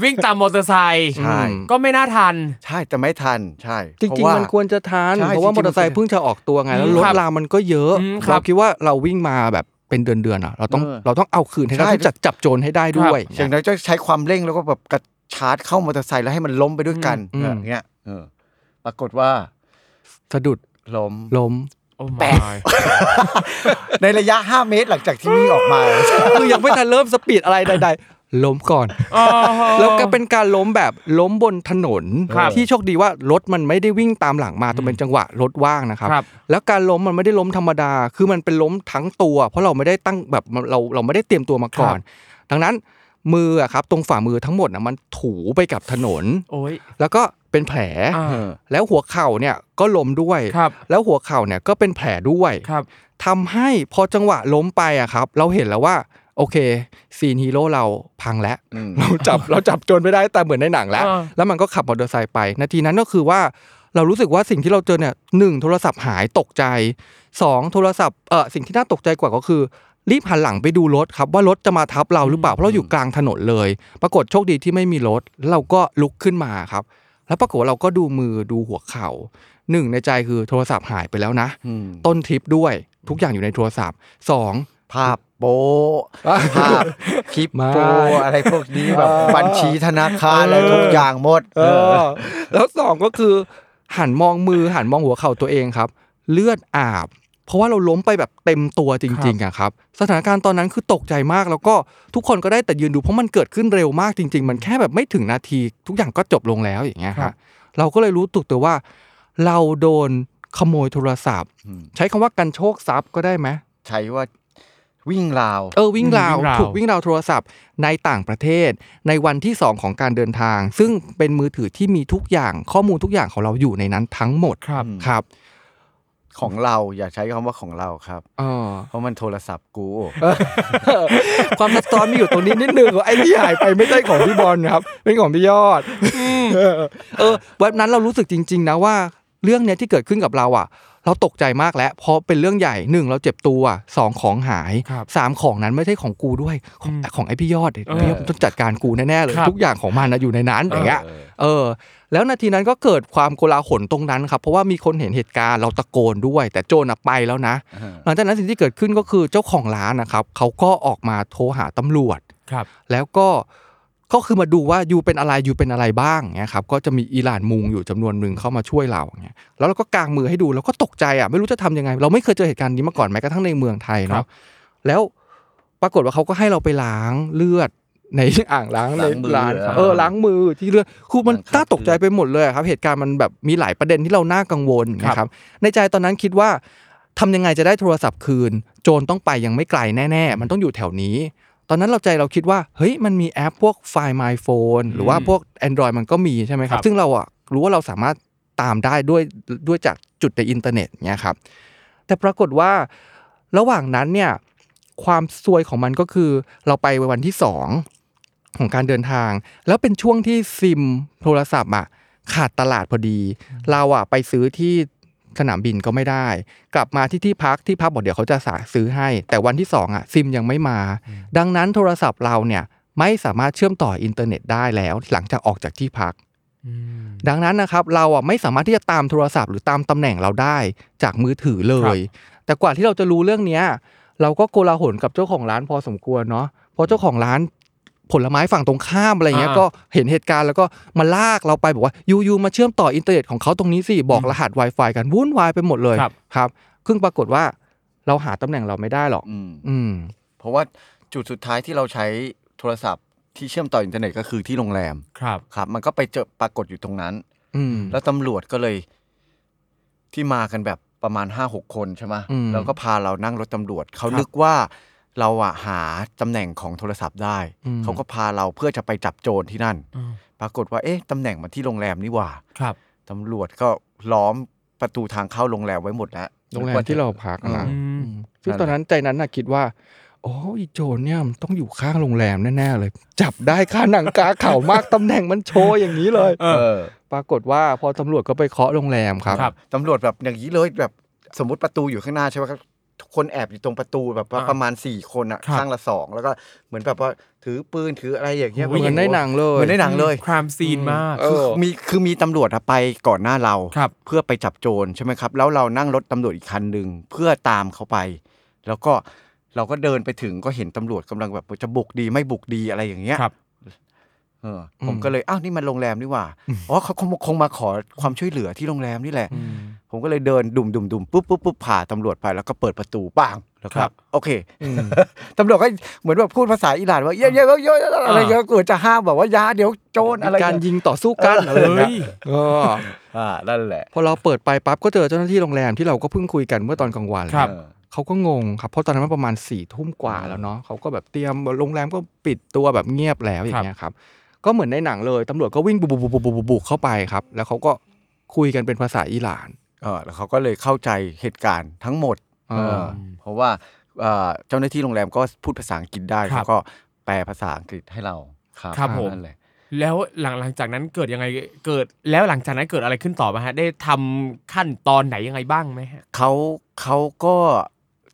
วิ่งตามมอเตอร์ไซค์
ใช่
ก็ไม่น่าทัน
ใช่แต่ไม่ทันใช่
จ
เพาะ
ริง
ว่า
ๆมันควรจะทาน
ใช่
เพราะว่า
จริงๆ
มอเตอร์ไซ
มั
ค์
นควรจะ
เพิ่งจะออกตัวไงแล้ว
อืม
รถ
ครับ
รามันก็เยอะ
อืมครับ
เราคิดว่าเราวิ่งมาแบบเป็นเดือนๆอ่ะ เราต้อง
เออ
เราต้องเอาคืนให้ได้
ใช่
ต้องจัดจับโจรให้ได้ด้วย
อย่าง
เนี่ย
น้อยก็ใช้ความเร่งแล้วก็แบบกระชาร์จเข้ามอเตอร์ไซค์แล้วให้มันล้มไปด้วยกัน
อืม
อย่างเงี้ยเออปรากฏว่า
สะดุด
ล้ม
ล้ม
โอ้
แปะ
ย
ในระยะ 5 เมตรหลังจากที่วิ่งออกมา
คือยังไม่ทันเริ่มสปีดอะไรใด ล้มก่อน
อ๋อ
แล้วก็เป็นการล้มแบบล้มบนถนน
ครับ
ที่โชคดีว่ารถมันไม่ได้วิ่งตามหลังมาแต่เป็นจังหวะรถว่างนะครับ
ครับ
แล้วการล้มมันไม่ได้ล้มธรรมดา คือมันเป็นล้มทั้งตัว เพราะเราไม่ได้ตั้งแบบเราเราไม่ได้เตรียมตัวมาก่อน ดังนั้นมืออะครับตรงฝ่ามือทั้งหมดนะมันถูไปกับถนน
โอ้ย
แล้วก็เป็นแผล
อ่า
แล้วหัวเข่าเนี่ยก็ล้มด้วย
ครับ
แล้วหัวเข่าเนี่ยก็เป็นแผลด้วย
ครับ
ทำให้พอจังหวะล้มไปอะครับ เราเห็นแล้วว่าโอเคซีนฮีโร่เราพังแล้ว
อืม
เราจับเราจับโจรไม่ได้แต่เหมือนในหนังแล้ว
อ่า
แล้วมันก็ขับมอเตอร์ไซค์ไปนาทีนั้นก็คือว่าเรารู้สึกว่าสิ่งที่เราเจอเนี่ยหนึ่งโทรศัพท์หายตกใจสองโทรศัพท์เออสิ่งที่น่าตกใจกว่าก็คือ รีบหันหลังไปดูรถครับว่ารถจะมาทับเราหรือเปล่าเพราะเราอยู่กลางถนนเลย ปรากฏโชคดีที่ไม่มีรถแล้วเราก็ลุกขึ้นมาครับ แล้วปรากฏว่าเราก็ดูมือดูหัวเข่าหนึ่งในใจคือโทรศัพท์หายไปแล้วนะ
อืม
ต้นทริปด้วยทุกอย่างอยู่ในโทรศัพท์สอง
ภาพโป๊ะภาพคลิป
ไม่
โป๊ะอะไรพวกนี้แบบบัญชีธนาคารอะไรทุกอย่างหมด
เออ แล้วสองก็คือหันมองมือหันมองหัวเข่าตัวเองครับ เลือดอาบ เพราะว่าเราล้มไปแบบเต็มตัวจริงๆอะครับ สถานการณ์ตอนนั้นคือตกใจมาก แล้วก็ทุกคนก็ได้แต่ยืนดูเพราะมันเกิดขึ้นเร็วมากจริง ๆ มันแค่แบบไม่ถึงนาที ทุกอย่างก็จบลงแล้วอย่างเงี้ย
ครั
ฮะ
บ
เราก็เลยรู้ตัวตัวว่า เราโดนขโมยโทรศัพท์
อืม
ใช้คำว่ากันโชคทรัพย์ก็ได้ไหม
ใช้ว่าวิ่งราว
เออวิ่งราว
วิ่งราว
ถูกวิ่งราวโทรศัพท์ในต่างประเทศ ในวันที่ 2 ของการเดินทาง ซึ่งเป็นมือถือที่มีทุกอย่างข้อมูลทุกอย่างของเราอยู่ในนั้นทั้งหมด
ครับ
ครับ
ของเราอย่าใช้คำว่าของเราครับ
เออ
เพราะมันโทรศัพท์กู
ความซับซ้อนมีอยู่ตรงนี้นิดนึงว่าไอ้ที่หายไปไม่ใช่ของพี่บอลครับเป็นของพี่ยอดเออเออวันนั้นเรารู้สึกจริง ๆ นะว่า เรื่องเนี้ยที่เกิดขึ้นกับเราอ่ะ เราตกใจมากแล้วเพราะเป็นเรื่องใหญ่หนึ่งเราเจ็บตัวสองของหาย
ครับ
สามของนั้นไม่ใช่ของกูด้วยของ
อืม
ของไอพี่ยอดเนี่ย
เออ
พี่ยอดต้องจัดการกูแน่ๆเลย
ครับ
ทุกอย่างของมันนะอยู่ในนั้นอย่างเงี้ย เออแล้วนาทีนั้นก็เกิดความโกลาหลตรงนั้นครับเพราะว่ามีคนเห็นเหตุการณ์เราตะโกนด้วย แต่โจรน่ะไปแล้วนะ หลังจากนั้นสิ่งที่เกิดขึ้นก็คือเจ้าของร้านนะครับเขาก็ออกมาโทรหาตำรวจ
ครับ
แล้วก็ก็คือมาดูว่ายูเป็นอะไรยูเป็นอะไรบ้างเงี้ยครับก็จะมีอิหร่านมุงอยู่จำนวนหนึ่งเข้ามาช่วยเราเงี้ยแล้วเราก็กางมือให้ดูแล้วก็ตกใจอ่ะไม่รู้จะทำยังไง เราไม่เคยเจอเหตุการณ์นี้มาก่อนแม้กระทั่งในเมืองไทย
ครั
เนาะ
บ
แล้วปรากฏว่าเขาก็ให้เราไปล้างเลือดใน อ่างล้างใน
ล้างมือ
ร้าน
เหรอ
เออล้างมือที่เลือดคือมัน
ล้างคราบ
น่าตกใจไปหมดเลยอะครับ เหตุการณ์มันแบบมีหลายประเด็นที่เราน่ากังวลนะครับ ในใจตอนนั้นคิดว่าทำยังไงจะได้โทรศัพท์คืน โจรต้องไปยังไม่ไกลแน่ ๆ มันต้องอยู่แถวนี้ ตอนนั้นเราใจเราคิดว่าเฮ้ยมันมีแอปพวก Find My Phone หรือว่าพวก Android มันก็มีใช่ไหมครั
ครับ บ
ซึ่งเราอะรู้ว่าเราสามารถตามได้ด้วยด้วยจากจุดในอินเทอร์เน็ตเนี่ยครับ แต่ปรากฏว่าระหว่างนั้นเนี่ยความซวยของมันก็คือเราไปวันที่สองของการเดินทาง แล้วเป็นช่วงที่ซิมโทรศัพท์อะขาดตลาดพอดี เราอะไปซื้อที่สนามบินก็ไม่ได้ กลับมาที่ที่พักที่พักบอกเดี๋ยวเขาจะสาซื้อให้ แต่วันที่สองอะซิมยังไม่มา ดังนั้นโทรศัพท์เราเนี่ยไม่สามารถเชื่อมต่ออินเทอร์เน็ตได้แล้ว หลังจากออกจากที่พัก ดังนั้นนะครับเราอ่ะไม่สามารถที่จะตามโทรศัพท์หรือตามตำแหน่งเราได้จากมือถือเล
ครั
ย
บ
แต่กว่าที่เราจะรู้เรื่องเนี้ยเราก็โกลาหลกับเจ้าของร้านพอสมควรเนาะเพราะเจ้าของร้านผลไม้ฝั่งตรงข้ามอะไรเงี้ย
อ่า
ก็เห็นเหตุการณ์แล้วก็มาลากเราไปบอกว่ายูยูมาเชื่อมต่ออินเทอร์เน็ตของเขาตรงนี้สิบอกรหัส Wi-Fi กันวุ่นวายไปหมดเลย
ครับ
ครับซึ่งปรากฏว่าเราหาตำแหน่งเราไม่ได้หรอก
อืม
อืม
เพราะว่าจุดสุดท้ายที่เราใช้โทรศัพท์ที่เชื่อมต่ออินเทอร์เน็ตก็คือที่โรงแรม
ครับ
ครับ มันก็ไปเจอปรากฏอยู่ตรงนั้น
อืม
แล้วตำรวจก็เลยที่มากันแบบประมาณห้าหกคนใช่ไหม
อืม
แล้วก็พาเรานั่งรถตำรวจ เขา
ครับ
นึกว่าเราอะหาตำแหน่งของโทรศัพท์ได้
อืม
เขาก็พาเราเพื่อจะไปจับโจรที่นั่น
อืม
ปรากฏว่าเอ๊ะตำแหน่งมันที่โรงแรมนี่หว่า
ครับ
ตำรวจก็ล้อมประตูทางเข้าโรงแรมไว้หมดแล้ว
โรงแรมที่เราพักอะนะ
อืม
ซึ่งตอนนั้นใจนั้นน่ะคิดว่า โอ้ยโจรเนี่ยมันต้องอยู่ข้างโรงแรมแน่ๆเลย จับได้ค่าหนังกาเขามาก ตำแหน่งมันโชว์อย่างนี้เลย
เออ
เออ
ปรากฏว่าพอตำรวจก็ไปเคาะโรงแรมครับ
ครับ
ตำรวจแบบอย่างนี้เลยแบบสมมติประตูอยู่ข้างหน้าใช่ไหมครับทุกคนแอบอยู่ตรงประตูแบบว่า
อ่า
ประมาณสี่คนอะ
ครับ
ข้างละสองแล้วก็เหมือนแบบว่าถือปืนถืออะไรอย่างเงี้ย
เหมือนในหนังเลย
เหมือนในหนังเลย
ครามซีนมาก
เอ
คือ
อ
มีคือมีตำรวจอะไปก่อนหน้าเรา
ครับ
เพื่อไปจับโจรใช่ไหมครับ แล้วเรานั่งรถตำรวจอีกคันหนึ่งเพื่อตามเขาไป แล้วก็เราก็เดินไปถึงก็เห็นตำรวจกำลังแบบจะบุกดีไม่บุกดีอะไรอย่างเงี้ย
ครับ
เออผมก็เลยอ้าวนี่มันโรงแรมนี่หว่าอ๋อเขาคงคงมาขอความช่วยเหลือที่โรงแรมนี่แหละ ผมก็เลยเดินดุ่มดุ่มดุ่มปุ๊บปุ๊บปุ๊บผ่าตำรวจไปแล้วก็เปิดประตูปังแล้ว
ค
ค
รั
รับ บ โอเคตำรวจก็เหมือนแบบพูดภาษาอิหร่านว่าเยอะเยอะเยอะอะไรเยอะกลัวจะห้ามบอกว่ายาเดี๋ยวโจรอะไร
การยิงต่อสู้กันอะไรอย่างเงี้ยเออ
อ่านั่นแหละ
พอเราเปิดไปปั๊บก็เจอเจ้าหน้าที่โรงแรมที่เราก็เพิ่งคุยกันเมื่อตอนกลางวัน
ครับ
เขาก็งงครับเพราะตอนนั้นมันประมาณสี่ทุ่มกว่าแล้วเนาะเขาก็แบบเตรียมโรงแรมก็ปิดตัวแบบเงียบแล้วอย่างเงี้ยครับ ก็เหมือนในหนังเลยตำรวจก็วิ่งบุบบุบบุบบุบบุบเข้าไปครับ แล้วเขาก็คุยกันเป็นภาษาอิหร่าน
เออแล้วเขาก็เลยเข้าใจเหตุการณ์ทั้งหมด
เออ
เออเพราะว่าเอ่อเจ้าหน้าที่โรงแรมก็พูดภาษาอังกฤษได้
ครั
เขา
บ
ก็แปลภาษาอังกฤษให้เราครับ
ครับผม
นั่นแหละ
แล้วหลังหลังจากนั้นเกิดยังไงเกิดแล้วหลังจากนั้นเกิดอะไรขึ้นต่อไหมฮะ ได้ทำขั้นตอนไหนยังไงบ้างไหมฮะ
เขาเขาก็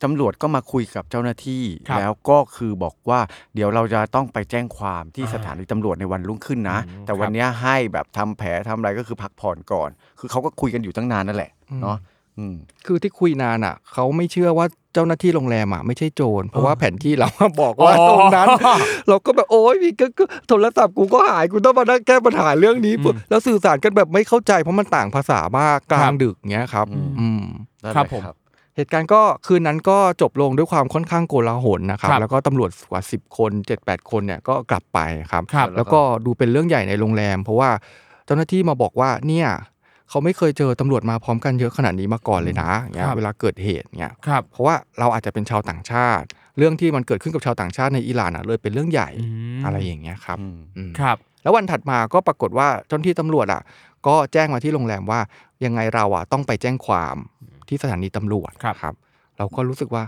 ตำรวจก็มาคุยกับเจ้าหน้าที่
ครับ
แล้วก็คือบอกว่าเดี๋ยวเราจะต้องไปแจ้งความที่
อ่า
สถานีตำรวจในวันรุ่งขึ้นนะ
อืม
แต่
ครับ
วันเนี้ยให้แบบทำแผลทำอะไรก็คือพักผ่อนก่อน คือเขาก็คุยกันอยู่ตั้งนานนั่นแหละเนาะอืม
คือที่คุยนานอ่ะเขาไม่เชื่อว่าเจ้าหน้าที่โรงแรมอ่ะไม่ใช่โจรเพราะว่าแผนที่เราอะบอกว่า
อ๋อ
ตรงนั้น เราก็แบบโอ๊ยพี่ก็ก็โทรศัพท์กูก็หายกูต้องมานั่งแก้ปัญหาเรื่องนี้ปุ๊บแล้วสื่อสารกันแบบไม่เข้าใจเพราะมันต่างภาษามากกลางดึกเงี้ยครับ
อืม
อืม
นั่นแห
ครับ
ละ
ผม
เหตุการณ์ก็คืนนั้นก็จบลงด้วยความค่อนข้างโกลาหลนะครับ
ครับ
แล้วก็ตำรวจกว่า 10 คน 78 คนเนี่ยก็กลับไปครับ
ครับ
แล้วก็ดูเป็นเรื่องใหญ่ในโรงแรม เพราะว่าเจ้าหน้าที่มาบอกว่าเนี่ยเขาไม่เคยเจอตำรวจมาพร้อมกันเยอะขนาดนี้มาก่อนเลยนะอย่างเงี้ยเวลาเกิดเหตุเนี่ย
ครับ
เพราะว่าเราอาจจะเป็นชาวต่างชาติ เรื่องที่มันเกิดขึ้นกับชาวต่างชาติในอิหร่านอ่ะเลยเป็นเรื่องใหญ่
อืม
อะไรอย่างเงี้ยครับ
อืม
อืม
ครับ
แล้ววันถัดมาก็ปรากฏว่าเจ้าหน้าที่ตำรวจอ่ะ ก็แจ้งมาที่โรงแรมว่ายังไงเราอ่ะต้องไปแจ้งความที่สถานีตำรวจ
ครับ
ครับ เราก็รู้สึกว่า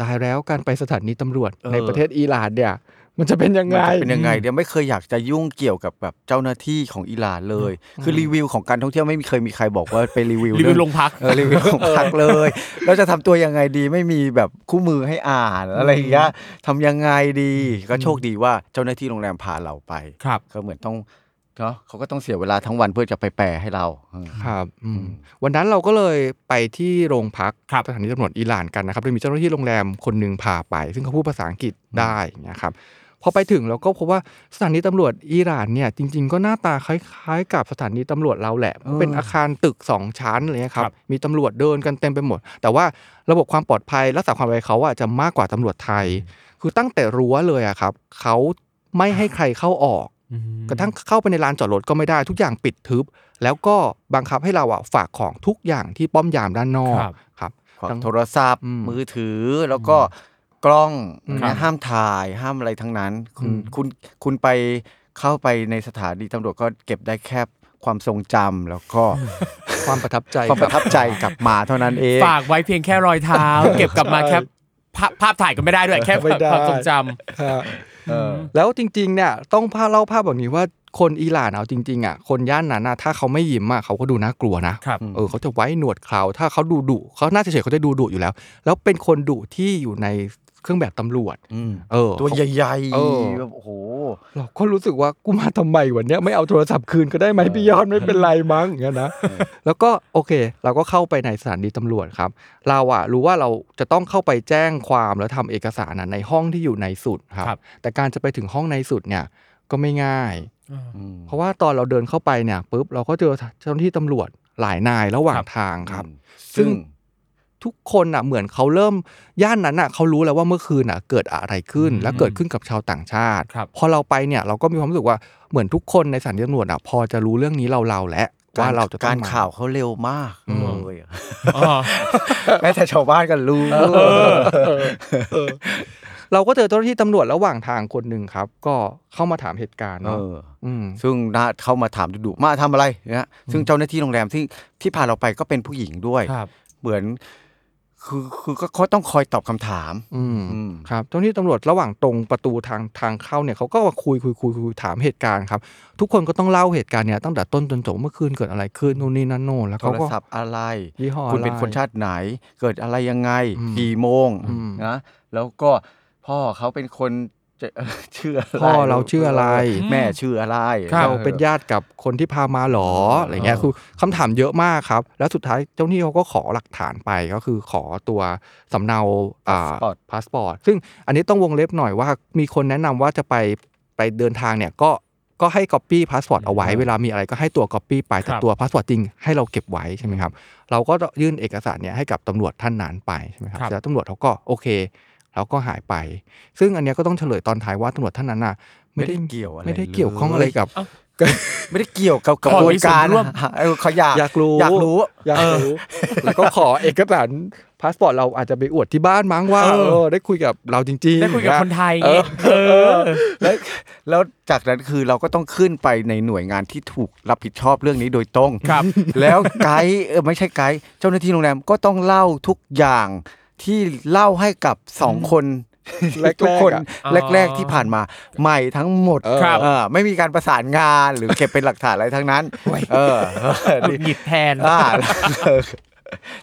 ตายแล้วการไปสถานีตำรวจในประเทศอิหร่านเนี่ย มันจะเป็นยังไง
มันจะเป็นยังไงเดี๋ยวไม่เคยอยากจะยุ่งเกี่ยวกับแบบเจ้าหน้าที่ของอิหร่านเลย คือรีวิวของการท่องเที่ยวไม่มีเคยมีใครบอกว่าไปรีวิว
รีวิว
เอ
โรงพัก
เออรีวิวของพักเลยเราจะทำตัวยังไงดีไม่มีแบบคู่มือให้อ่านอะไรอย่างเงี้ยทำยังไงดีก็โชคดีว่าเจ้าหน้าที่โรงแรมพาเราไป
ครับ
ก็เหมือนต้องเนาะเขาก็ต้องเสียเวลาทั้งวันเพื่อจะไปแปลให้เราอืม
ครับอืม
อืม
วันนั้นเราก็เลยไปที่โรงพัก
ครับ
สถานีตำรวจอิหร่านกันนะครับโดยมีเจ้าหน้าที่โรงแรมคนหนึ่งพาไป ซึ่งเขาพูดภาษาอังกฤษได้อย่างเงี้ยครับพอไปถึงเราก็พบว่าสถานีตำรวจอิหร่านเนี่ยจริง ๆ ก็หน้าตาคล้ายๆ กับสถานีตำรวจเราแหละเพราะเป็นอาคารตึกสองชั้นอะไรเลยครั
ครับ บ
มีตำรวจเดินกันเต็มไปหมด แต่ว่าระบบความปลอดภัยรักษาความปลอดภัยเขาอะจะมากกว่าตำรวจไทย คือตั้งแต่รั้วเลยอะครับเขาไม่ให้ใครเข้าออก กระทั่งเข้าไปในลานจอดรถก็ไม่ได้ทุกอย่างปิดทึบ แล้วก็บังคับให้เราอ่ะฝากของทุกอย่างที่ป้อมยามด้านนอก
ครับ
ค
ขอ
รับ
ง
ทั้ง
โทรศัพท์
อืม
มือถือแล้วก็กล้อง
อืม
นะห้ามถ่ายห้ามอะไรทั้งนั้น คุณ
อืม
คุณคุณไปเข้าไปในสถานีตำรวจก็เก็บได้แค่ความทรงจำแล้วก็
ความประทับใจ
ความประทับใจกลับมาเท่านั้นเอง
ฝากไว้เพียงแค่รอยเท้า เก็บกลับมาแค่ภาพภาพถ่ายก็ไม่ได้ด้วยแค่
ไม่ได้
ความทรงจำ
ครับ
เออ
แล้วจริงๆเนี่ยต้องพาเล่าภาพแบบนี้ว่าคนอิหร่านเอาจริงๆอ่ะคนย่านนั้นนะถ้าเขาไม่ยิ้มอ่ะเขาก็ดูน่ากลัวนะครับ เออเขาจะไว้หนวดเคราถ้าเขาดูดุเขาน่าจะเฉยๆเขาจะดูดุอยู่แล้ว แล้วเป็นคนดุที่อยู่ในเครื่องแบบตำรวจ
อืม
เออ
ตัวใหญ่
เออ
ๆแบบโอ้โห
เราก็รู้สึกว่ากูมาทำไมวันเนี้ยไม่เอาโทรศัพท์คืนก็ได้ไหมพี่ยอดไม่เป็นไรมั้งอย่างเงี้ยนะแล้วก็โอเค เราก็เข้าไปในสถานีตำรวจครับ เราอะรู้ว่าเราจะต้องเข้าไปแจ้งความแล้วทำเอกสารอะในห้องที่อยู่ในสุดครับ
ครับ
แต่การจะไปถึงห้องในสุดเนี่ยก็ไม่ง่าย
อืม
เพราะว่าตอนเราเดินเข้าไปเนี่ยปุ๊บเราก็เจอเจ้าหน้าที่ตำรวจหลายนายระหว่างทางครับ ซึ่
ซึ่
ง
ง
ทุกคนอ่ะเหมือนเขาเริ่มย่านนั้นอ่ะเขารู้แล้วว่าเมื่อคืนอ่ะเกิดอะไรขึ้นและเกิดขึ้นกับชาวต่างชาติ
ครับ
พอเราไปเนี่ยเราก็มีความรู้สึกว่าเหมือนทุกคนในสถานีตำรวจอ่ะพอจะรู้เรื่องนี้เราเราๆแล้วว่าเราจะต้
กา
อง
ร
ม
ข่าวเขาเร็วมาก
อืม
เลยอะ
อ๋อ
แม้แต่ชาวบ้านก็รู้
เราก็เจอเจ้าหน้าที่ตำรวจระหว่างทางคนหนึ่งครับ ก็เข้ามาถามเหตุการณ์
เอ
เนาะ
อ
ม
ซึ่งน่าเข้ามาถามดุๆมาทำอะไรนะฮะซึ่งเจ้าหน้าที่โรงแรมที่ที่พาเราไปก็เป็นผู้หญิงด้วย
ครับ
เหมือน คือคือก็เขาต้องคอยตอบคำถาม
อืม
อืม
ครับเจ้าหน้าที่ตำรวจระหว่างตรงประตูทางทางเข้าเนี่ยเขาก็มาคุยคุยคุยคุยถามเหตุการณ์ครับ ทุกคนก็ต้องเล่าเหตุการณ์เนี่ยตั้งแต่ต้นจนจบเมื่อคืนเกิดอะไรขึ้นนู่นนี่นั่นโน่นแล้ว
โท
เขา
ร
ก็
ศัพท์อะไร
ยี่ห้อ
คุณเป็น
อะไร
คนชาติไหน เกิดอะไรยังไง
อืม
กี่โมง
อืม
นะแล้วก็พ่อเขาเป็นคนจะ เอ่อชื่ออะไร
พ่อเราชื่ออะไร
แม่ชื่ออะไร
ครับ
เราเป็นญาติกับคนที่พามาหรออะไรเงี้ยคือคำถามเยอะมากครับ แล้วสุดท้ายเจ้าหน้าที่เขาก็ขอหลักฐานไปก็คือขอตัวสำเนาอ่าพาสปอร์ตซึ่งอันนี้ต้องวงเล็บหน่อยว่ามีคนแนะนำว่าจะไปไปเดินทางเนี่ยก็ ก็ให้ Copy Password เอาไว้ เวลามีอะไรก็ให้ตัว Copy ไปแต่
ครับ
ตัว Password จริงให้เราเก็บไว้ใช่ไหมครับ เราก็ยื่นเอกสารเนี้ยให้กับตำรวจท่านนั้นไปใช่ไหมครับ
ครับ
แล้วตำรวจเขาก็โอเค แล้วก็หายไป ซึ่งอันเนี้ยก็ต้องเฉลยตอนท้ายว่าตำรวจท่านนั้นน่ะไม่ได้
ไม่ได้เกี่ยวอะไร
ไม่ได้เกี่ยวข้องอะไร
เลย
กับ
ไม่ได้เกี่ยวกับกระ
ขอบ
วน
มีส่วน
การ
ร่วม
หาเออเขาอยาก
อยากรู้
อยากรู้
อยากรู้แล้วก็ขอเอกสารพาสปอร์ตเราอาจจะไปอวดที่บ้านมั้งว่า
เออ
เออได้คุยกับเราจริงๆ
ได้คุยกับ
ะ
คนไทยไงเออ
แล้ว
แล้วจากนั้นคือเราก็ต้องขึ้นไปในหน่วยงานที่ถูกรับผิดชอบเรื่องนี้โดยตรง
ครับ
แล้วไกด์เออไม่ใช่ไกด์เจ้าหน้าที่โรงแรมก็ต้องเล่าทุกอย่างที่เล่าให้กับสองคน
แรกๆ
ทุกคน
อะ
อ๋อ
แรก ๆที่ผ่านมาใหม่ทั้งหมด
ครับ
เออไม่มีการประสานงานหรือเก็บเป็นหลักฐานอะไรทั้งนั้น เออ
หงุดหงิดแทน
อ่า เออ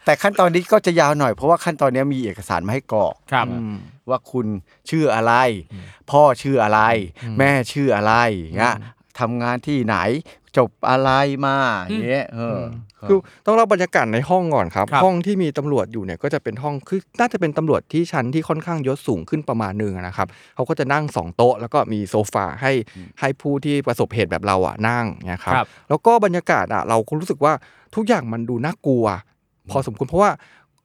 แต่ขั้นตอนนี้ก็จะยาวหน่อยเพราะว่าขั้นตอนนี้มีเอกสารมาให้กรอก
ครับ
ว่าคุณชื่ออะไร พ่อชื่ออะไร แม่ชื่ออะไรอย่างเงี้ยทำงานที่ไหนจบอะไรมาอย่างเงี้ยเอออ
คือต้องเล่าบรรยากาศในห้องก่อนครับ
ครับ
ห้องที่มีตำรวจอยู่เนี่ยก็จะเป็นห้องคือน่าจะเป็นตำรวจที่ชั้นที่ค่อนข้างยศสูงขึ้นประมาณหนึ่งอะนะครับเขาก็จะนั่งสองโต๊ะแล้วก็มีโซฟาให้ให้ผู้ที่ประสบเหตุแบบเราอ่ะนั่งเนะครับ
ครับ
แล้วก็บรรยากาศอ่ะเราก็รู้สึกว่าทุกอย่างมันดูน่ากลัว พอสมควรเพราะว่า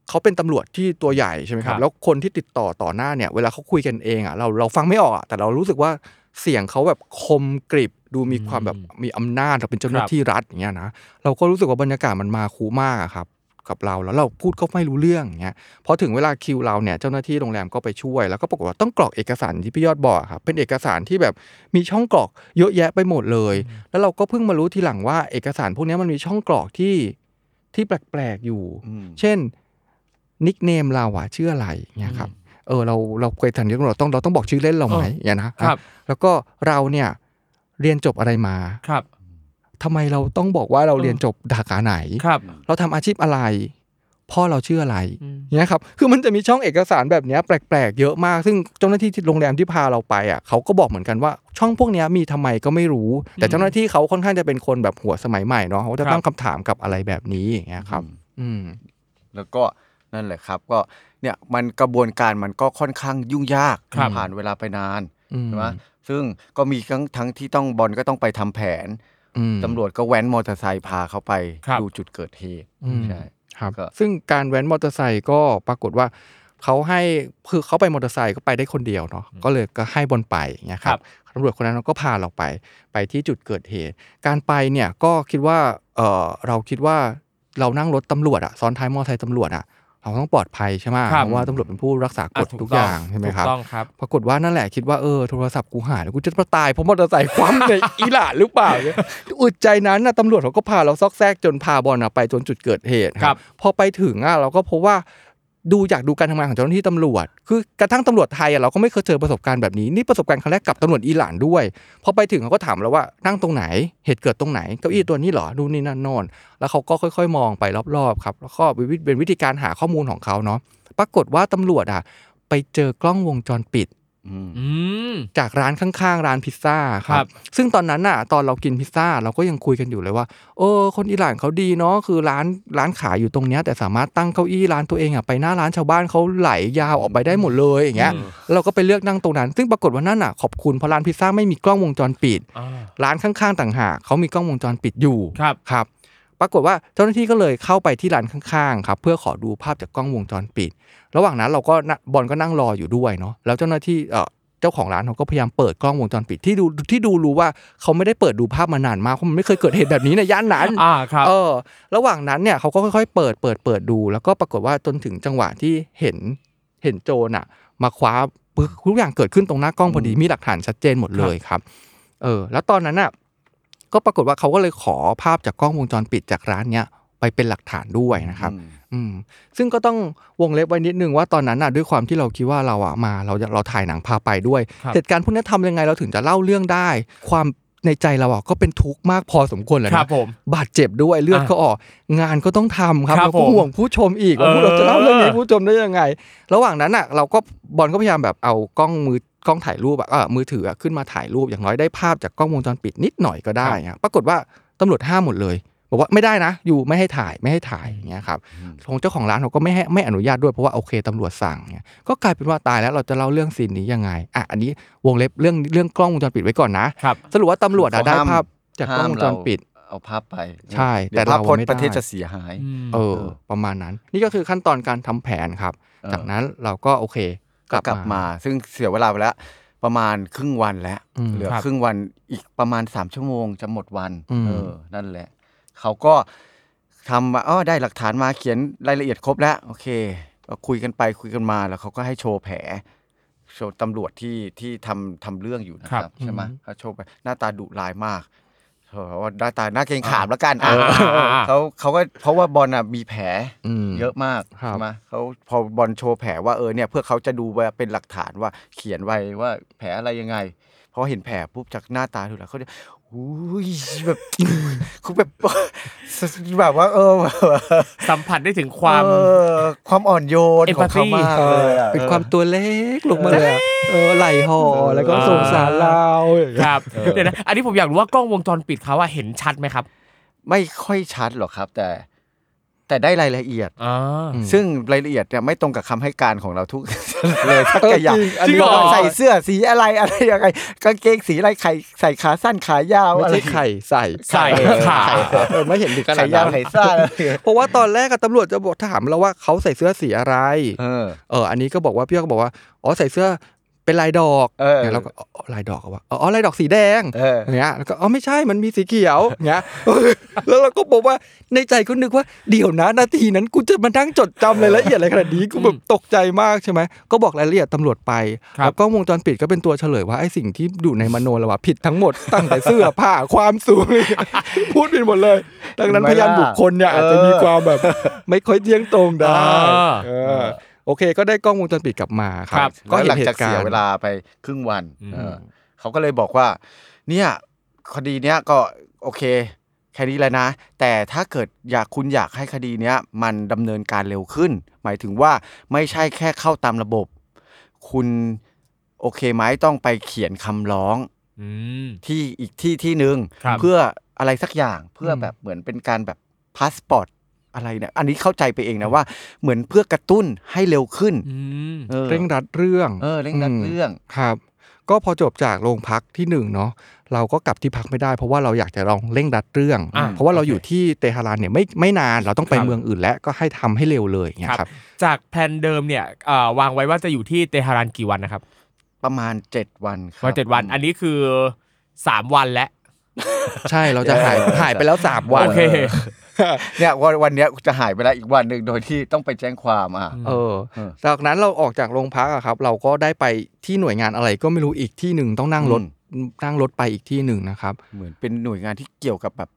เขาเป็นตำรวจที่ตัวใหญ่ใช่ไหมค
ค
รั
รับ บ
แล้วคนที่ติดต่อต่อหน้าเนี่ยเวลาเขาคุยกันเองอ่ะเราเราฟังไม่ออกอะแต่เรารู้สึกว่าเสียงเขาแบบคมกริบดูมีความแบบมีอำนาจเราเป็นเจ้าหน้าที่รัฐอย่างเงี้ยนะเราก็รู้สึกว่าบรรยากาศมันมาคูมากอะครับ กับเราแล้วเราพูดก็ไม่รู้เรื่องอย่างเงี้ยพอถึงเวลาคิวเราเนี่ยเจ้าหน้าที่โรงแรมก็ไปช่วย แล้วก็ปรากฏว่าต้องกรอกเอกสารที่พี่ยอดบอกอะครับเป็นเอกสารที่แบบมีช่องกรอกเยอะแยะไปหมดเลย แล้วเราก็เพิ่งมารู้ทีหลังว่าเอกสารพวกเนี้ยมันมีช่องกรอกที่ที่แปลกๆอยู่
ม
เช่นนิกเนมเราอะชื่ออะไรเงี้ยครับเออเราเราเคยทันเรื่องเราต้องเราต้องบอกชื่อเล่นเราไหมอย่างเงี้ยนะครับ แล้วก็เราเนี่ยเรียนจบอะไรมา
ครับ
ทำไมเราต้องบอกว่าเราเรียนจบสาขาไหน
ครับ
เราทำอาชีพอะไร พ่อเราชื่ออะไร
อืม
เงี้ยครับคือมันจะมีช่องเอกสารแบบเนี้ยแปลกๆ เยอะมาก ซึ่งเจ้าหน้าที่ที่โรงแรมที่พาเราไปอ่ะเขาก็บอกเหมือนกันว่าช่องพวกเนี้ยมีทำไมก็ไม่รู้ แต่เจ้าหน้าที่เขาค่อนข้างจะเป็นคนแบบหัวสมัยใหม่เนาะเขาจะตั้งคำถามกับอะไรแบบนี้อย่างเงี้ยครับ อืม
แล้วก็นั่นแหละครับ ก็เนี่ยมันกระบวนการมันก็ค่อนข้างยุ่งยาก
ครับ
ผ่านเวลาไปนาน
อืม
ใช่ไหมซึ่งก็มีทั้งทั้งที่ต้องบอลก็ต้องไปทำแผน
อืม
ตำรวจก็แว้นมอเตอร์ไซค์พาเขาไป
ครับ
ดูจุดเกิดเหตุ
อืม
ใช่
ครับ
ก็
ซึ่งการแว้นมอเตอร์ไซค์ก็ปรากฏว่าเขาให้คือเขาไปมอเตอร์ไซค์ก็ไปได้คนเดียวเนาะก็เลยก็ให้บนไปอย่างเงี้ยค
ครั
รับบ ตำรวจคนนั้นก็พาเราไปไปที่จุดเกิดเหตุ การไปเนี่ยก็คิดว่าเออเราคิดว่าเรานั่งรถตำรวจอะซ้อนท้ายมอเตอร์ไซค์ตำรวจอะเราต้องปลอดภัยใช่ไหมเพราะว่าตำรวจเป็นผู้รักษากฎทุกอย่างใช่ไหมครับ
ถูกต้องครับ
ปรากฏว่านั่นแหละคิดว่าเออโทรศัพท์กูหายแล้วกูจะมาตายเพราะมอเตอร์ไซค์คว่ำใน อีหลานหรือเปล่าเนี่ยอุดใจนั้นนะตำรวจเขาก็พาเราซอกแซกจนพาบอลน่ะไปจนจุดเกิดเหตุ
ครับ
พอไปถึงอ่ะเราก็พบว่าดูอยากดูการทำงานของเจ้าหน้าที่ตำรวจ คือกระทั่งตำรวจไทยอ่ะเราก็ไม่เคยเจอประสบการณ์แบบนี้นี่ประสบการณ์ครั้งแรกกับตำรวจอิหร่านด้วยพอไปถึงเขาก็ถามเราว่านั่งตรงไหนเหตุเกิดตรงไหนเก้าอี้ตัวนี้เหรอดูนนี่นั่นโนอน แล้วเขาก็ค่อยๆ มองไปรอบๆครับแล้วก็เป็นวิธีการหาข้อมูลของเขาเนาะปรากฏว่าตำรวจอ่ะไปเจอกล้องวงจรปิด
อืม
จากร้านข้างๆ ร้านพิซซ่าค
ครั
รับ
บ
ซึ่งตอนนั้นน่ะตอนเรากินพิซซ่าเราก็ยังคุยกันอยู่เลยว่าเออคนอิหร่านเขาดีเนาะคือร้านร้านขายอยู่ตรงเนี้ยแต่สามารถตั้งเก้าอี้ร้านตัวเองอ่ะไปหน้าร้านชาวบ้านเขาไหลยาวออกไปได้หมดเลยอย่างเงี้ย
อืม
เราก็ไปเลือกนั่งตรงนั้น ซึ่งปรากฏว่านั่นน่ะขอบคุณเพราะร้านพิซซ่าไม่มีกล้องวงจรปิด
อ่า
ร้านข้างๆ ต่างหากเขามีกล้องวงจรปิดอยู่
ครับ
ครับ ปรากฏว่าเจ้าหน้าที่ก็เลยเข้าไปที่ร้านข้างๆครับเพื่อขอดูภาพจากกล้องวงจรปิด ระหว่างนั้นเราก็นะบอลก็นั่งรออยู่ด้วยเนาะแล้วเจ้าหน้าที่เอ่อเจ้าของร้านเขาก็พยายามเปิดกล้องวงจรปิดที่ดูที่ดูรู้ว่าเขาไม่ได้เปิดดูภาพมานานมากเพราะมันไม่เคยเกิดเหตุแบบนี้ในย่านนั้น
อ่าครับ
เออ ระหว่างนั้นเนี่ยเขาก็ค่อยๆ เปิด เปิด เปิดดู แล้วก็ปรากฏว่าจนถึงจังหวะที่เห็น เห็นโจรอ่ะ มาคว้าปึ๊กทุกอย่างเกิดขึ้นตรงหน้ากล้องพอดี มีหลักฐานชัดเจนหมดเลยครับ เออ แล้วตอนนั้นอ่ะ ก็ปรากฏว่าเขาก็เลยขอภาพจากกล้องวงจรปิดจากร้านเนี้ยไปเป็นหลักฐานด้วยนะครับ อืม ซึ่งก็ต้องวงเล็บไว้นิดนึงว่าตอนนั้นน่ะด้วยความที่เราคิดว่าเราอ่ะมาเราเราถ่ายหนังพาไปด้วย
ครับ
เหตุการณ์พวกนี้ทำยังไงเราถึงจะเล่าเรื่องได้ ความในใจเราอ่ะก็เป็นทุกข์มากพอสมควรเลย
ครั
นะ
บผม
บาดเจ็บด้วยเลือด
อ่ะ
ก็ออก งานก็ต้องทำครับ
ครับ
แล้วก็ห่วงผู้ชมอีกว่า
เออ
พวกเราจะเล่าเรื่องนี้ให้ผู้ชมได้ยังไง ระหว่างนั้นอ่ะเราก็บอลก็พยายามแบบเอากล้องมือกล้องถ่ายรูปอะเออมือถืออะขึ้นมาถ่ายรูปอย่างน้อยได้ภาพจากกล้องวงจรปิดนิดหน่อยก็ได้อะปรากฏว่าตำรวจห้ามหมดเลย บอกว่าไม่ได้นะอยู่ไม่ให้ถ่ายไม่ให้ถ่ายอย่างเงี้ยครับทางเจ้าของร้านเขาก็ไม่ให้ไม่อนุญาตด้วยเพราะว่าโอเคตำรวจสั่งเนี่ยก็กลายเป็นว่าตายแล้วเราจะเล่าเรื่องซีนนี้ยังไงอ่ะอันนี้วงเล็บเรื่องเรื่องกล้องวงจรปิดไว้ก่อนนะครับ สรุปว่าตำรวจอะได้ภาพจากกล้องวงจรปิด
ห้ามเราเอาภาพไป
ใช่แต่
แต่
เรา
ภาพพจ
ไม่
น์
ได้
ประเทศจะเสียหาย
เออประมาณนั้น นี่ก็คือขั้นตอนการทำแผนครับ
เออ
จากนั้นเราก็โอเค กลับ
กลับ
มา
มาซึ่งเสียเวลาไปแล้ว ประมาณครึ่งวันแล้ว
อืม
เหลือ
ครับ
ครึ่งวันอีกประมาณสามชั่วโมงจะหมดวัน
อืม
เออนั่นแหละ เขาก็ทำมาอ้อได้หลักฐานมาเขียนรายละเอียดครบแล้ว โอเคก็คุยกันไปคุยกันมาแล้วเขาก็ให้โชว์แผล โชว์ตำรวจที่ที่ทำทำเรื่องอยู่นะค
ครั
รับบ ใช่ไหมเขาโชว์ไปหน้าตาดุร้ายมากเขาบอกว่าหน้าตาหน้าเกรงขามแล้วกันเออเขาเขาก็เพราะว่าบอลน่ะมีแผล
อืม
เยอะมาก
ครับ
ใช่ไหมเขาพอบอลโชว์แผลว่าเออเนี่ยเพื่อเขาจะดูว่าเป็นหลักฐานว่าเขียนไว้ว่าแผลอะไรยังไงพอเห็นแผลปุ๊บจากหน้าตาดูแล้วเขาเนี่ยอุ้ยแบบ เขาแบบ แบบว่า เออ
สัมผัสได้ถึงความ
เออความอ่อนโยนของเขา
Empathy
มากเลยอะ
เป็นความตัวเล็กลงมาเลยอะเออไหลห่อแล้วก็
อ่า
สงสารเราอย่าง
ค
เงี้ย
รับเดี๋ยวนะอันนี้ผมอยากรู้ว่ากล้องวงจรปิดเขาว่าเห็นชัดไหมครับ
ไม่ค่อยชัดหรอกครับ แต่ แต่ได้รายละเอียด
อ่า
ซึ่งรายละเอียดเนี่ยไม่ตรงกับคำให้การของเราทุก เลยสักอย่าง
จริงเหรอ
ว่าใส่เสื้อสีอะไร อะไรยังไงกางเกงสีอะไรใครใส่ขาสั้นขายาว
ไม่
อะไร
ใช่ไข่ใส่
ใส่ขา
เอ อไม่เห็นถึงขนา
ไข่
ด
ยาว
นั้น
ไข่ซ่า
เพราะว่าตอนแรกอะตำรวจจะบอกถามเราว่าเขาใส่เสื้อสีอะไร
เออ
เออ อันนี้ก็บอกว่าพี่ก็บอกว่า อ๋อ ใส่เสื้อเป็นลายดอก
เออ
นี่ยเราก็อ๋ออ๋อลายดอกเหรอวะ อ๋ออ๋อลายดอกสีแดง
เออ
อย่างเงี้ยแล้วก็อ๋อไม่ใช่มันมีสีเขียวอย่างเงี้ยเออแล้วเราก็บอกว่าในใจก็นึกว่าเดี๋ยวนะนาทีนั้นกูจะมานั่งจดจำรายละเอียดอะไรขนาดนี้กูแบบตกใจมากใช่ไหมก็บอกรายละเอียดตำรวจไป
ครับ
แล้วก็วงจรปิดก็เป็นตัวเฉลยว่าไอ้สิ่งที่อยู่ในมโนเราอะผิดทั้งหมดตั้งแต่เสื้อผ้าความสูง พูดผิดหมดเลย ดังนั้น
เห็
พ
นไหม
ยานบุคคลเนี่ยอาจจะมีความแบบ ไม่ค่อยเที่ยงตรงได้
อ่า
เออโอเค ก็ได้กล้องวงจรปิดกลับมาค
ครั
รับ บ
ก็
ก็
ห
เห็
ลั
น
ง
เห
จาก
ตุกา
เสีย
รณ์
เวลาไปครึ่งวัน
อืม
เออเขาก็เลยบอกว่า เนี่ยคดีเนี้ยก็โอเค แค่นี้แหล้วนะ แต่ถ้าเกิดอยากคุณอยากให้คดีเนี้ยมันดำเนินการเร็วขึ้น หมายถึงว่าไม่ใช่แค่เข้าตามระบบ คุณโอเคไหมต้องไปเขียนคำร้อง
อืม
ที่อีกที่ที่หนึ่ง
ครับ
เพื่ออะไรสักอย่างเพื่อแบบเหมือนเป็นการแบบพาสปอร์ตอะไรเนี่ยอันนี้เข้าใจไปเองนะว่า เหมือนเพื่อกระตุ้นให้เร็วขึ้น
อืม
ออ
เร่งรัดเรื่อง
เออเร่งรัดเรื่อง
ครับ ก็พอจบจากโรงพักที่หนึ่งเนาะเราก็กลับที่พักไม่ได้เพราะว่าเราอยากจะลองเร่งรัดเรื่อง
อ่า
เพราะว่าเราอยู่ที่เตหะรานเนี่ยไม่ไม่นานเราต้องไป
ครับ
เมืองอื่นแล้วก็ให้ทำให้เร็วเลยอย่างเงี้ยครับ
จากแผนเดิมเนี่ยเอ่อวางไว้ว่าจะอยู่ที่เตหะรานกี่วันนะครับ
ประมาณ 7 วันครับ
วันเจ็ดวัน อันนี้คือสามวันแล้ว
ใช่เราจะหายหายไปแล้วสามวัน
โอเค
เนี่ยวันวันเนี้ยจะหายไปแล้วอีกวันหนึ่งโดยที่ต้องไปแจ้งความอ่ะ
เออ
เออ
จากนั้นเราออกจากโรงพักอะครับ เราก็ได้ไปที่หน่วยงานอะไรก็ไม่รู้อีกที่หนึ่งต้องนั่งรถ
อื
นั่งรถไปอีกที่หนึ่งนะครับ
เหมือนเป็นหน่วยงานที่เกี่ยวกับแบบ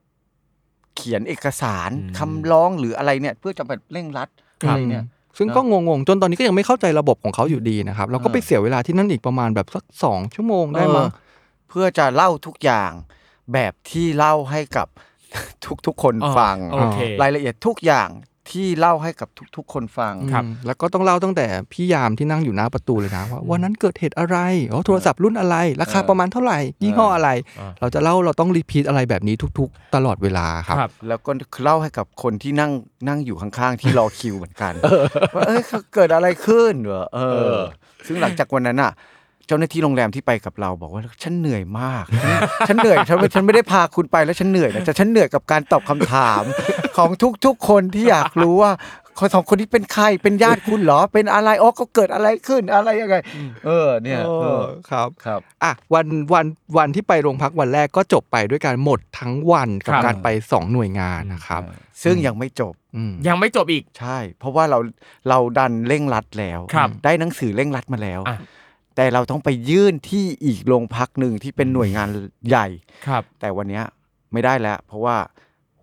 เขียนเอกสาร
อืม
คำร้องหรืออะไรเนี่ยเพื่อจะแบบเร่งรัดอะไรเนี่ย
ซึ่งก็งงๆ จนตอนนี้ก็ยังไม่เข้าใจระบบของเขาอยู่ดีนะครับเราก็ไป
เออ
เสียเวลาที่นั่นอีกประมาณแบบสักสองชั่วโมงได้มั้
เอ
ง
อเพื่อจะเล่าทุกอย่างแบบที่เล่าให้กับ ทุกๆคน
อ๋อ
ฟัง
โอเค
รายละเอียดทุกอย่างที่เล่าให้กับทุกๆ คนฟัง
ครับ
อืมแล้วก็ต้องเล่าตั้งแต่พี่ยามที่นั่งอยู่หน้าประตูเลยนะว่าวันนั้นเกิดเหตุอะไรอ๋อโทรศัพท์รุ่นอะไร ราคาประมาณเท่าไหร่ ยี่ห้ออะไร
เออ
เราจะเล่าเราต้องรีพีทอะไรแบบนี้ทุก ๆ ตลอดเวลาครับ
ครับ
แล้วก็เล่าให้กับคนที่นั่งนั่งอยู่ข้างๆ ที่รอคิวเหมือนกันว่าเอ้ยเกิดอะไรขึ้นเหรอเออ ซึ่งหลังจากวันนั้นอ่ะ เจ้าหน้าที่โรงแรมที่ไปกับเราบอกว่าฉันเหนื่อยมาก ฉันเหนื่อยฉันฉันไม่ได้พาคุณไปแล้วฉันเหนื่อยนะแต่ฉันเหนื่อยกับการตอบคำถาม ของทุกๆคนที่อยากรู้ว่าคนสองคนนี้เป็นใครเป็นญาติคุณเหรอเป็นอะไรอ๋อก็เกิดอะไรขึ้นอะไรยังไง เออเนี่ย
เอ
เอ
อ
อ
ครับ
ครับ
อ่ะวันวันวันที่ไปโรงพักวันแรกก็จบไปด้วยการหมดทั้งวันกับ
ครับ
การไปสองหน่วยงานนะครับ
ซึ่งยังไม่จบ
อืม
ยังไม่จบอีก
ใช่ เพราะว่าเราเราดันเร่งรัดแล้ว
ครับ
ได้หนังสือเร่งรัดมาแล้ว
อ่ะ
แต่เราต้องไปยื่นที่อีกโรงพักหนึ่งที่เป็นหน่วยงานใหญ่
ครับ
แต่วันเนี้ยไม่ได้แล้ว เพราะว่า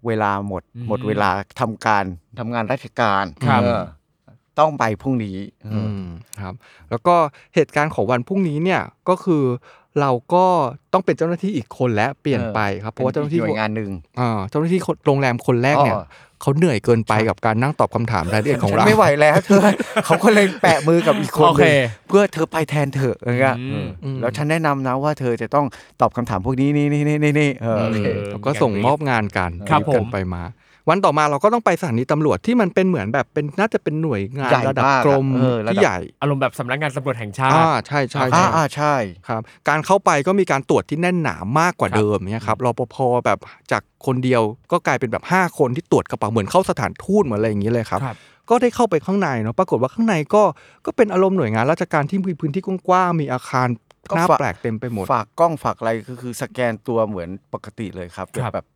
เวลาหมด
อืม
หมดเวลาทำการทำงานราชการ
ครับ
เออต้องไปพรุ่งนี้เอออ
อืมครับแล้วก็เหตุการณ์ของวันพรุ่งนี้เนี่ยก็คือเราก็ต้องเป็นเจ้าหน้าที่อีกคนและเปลี่ยน
เออ
ไปครับเพราะว่าเจ้าหน้าที่
ป็อีกหน่วยงานหนึ่ง
อ่าเจ้าหน้าที่คนโรงแรมคนแรกเนี่ย
อ๋อ
เขาเหนื่อยเกินไปกับการนั่งตอบคำถามรายละเอียดของเรา
ไม่ไหวแล้ว เธอ เขาก็เลยแปะมือกับอีกคน
โอ
ห
เค
นึ่งเพื่อเธอไปแทนเธออะไรเงี้ย
อืม
อืม
แล้วฉันแนะนำนะว่าเธอจะต้องตอบคำถามพวกนี้นี่นี่นี่นี่นี่เออโอเค
แล้วก็ส่งมอบงานกัน
ครับ
รีบ
ผ
กัน
ม
ไปมา วันต่อมาเราก็ต้องไปสถานีตำรวจที่มันเป็นเหมือนแบบเป็นน่าจะเป็นหน่วยงาน
ใหญ่
ระดับ
มากอะ
กรม
เออระดับ
ที่ใหญ่
อารมณ์แบบสำนักงานตำรวจแห่งชาติ
อ่าใช่ใช่
อ่า
ใช่
อ่าใช่
ครับการเข้าไปก็มีการตรวจที่แน่นหนามากกว่า
ครับ
เดิมเนี่ยครับรปภแบบจากคนเดียวก็กลายเป็นแบบ 5 คนที่ตรวจกระเป๋าเหมือนเข้าสถานทูตเหมือนอะไรอย่างนี้เลยครับ
ครับ
ก็ได้เข้าไปข้างในเนาะปรากฏว่าข้างในก็ก็เป็นอารมณ์หน่วยงานราชการที่มีพื้นที่กว้างๆมีอาคาร
ก็
หน้า
ฝาก
แปลกเต็มไปหมด
ฝากกล้องฝากอะไรคือคือสแกนตัวเหมือนปกติเลยครับ
ครับ
แบบ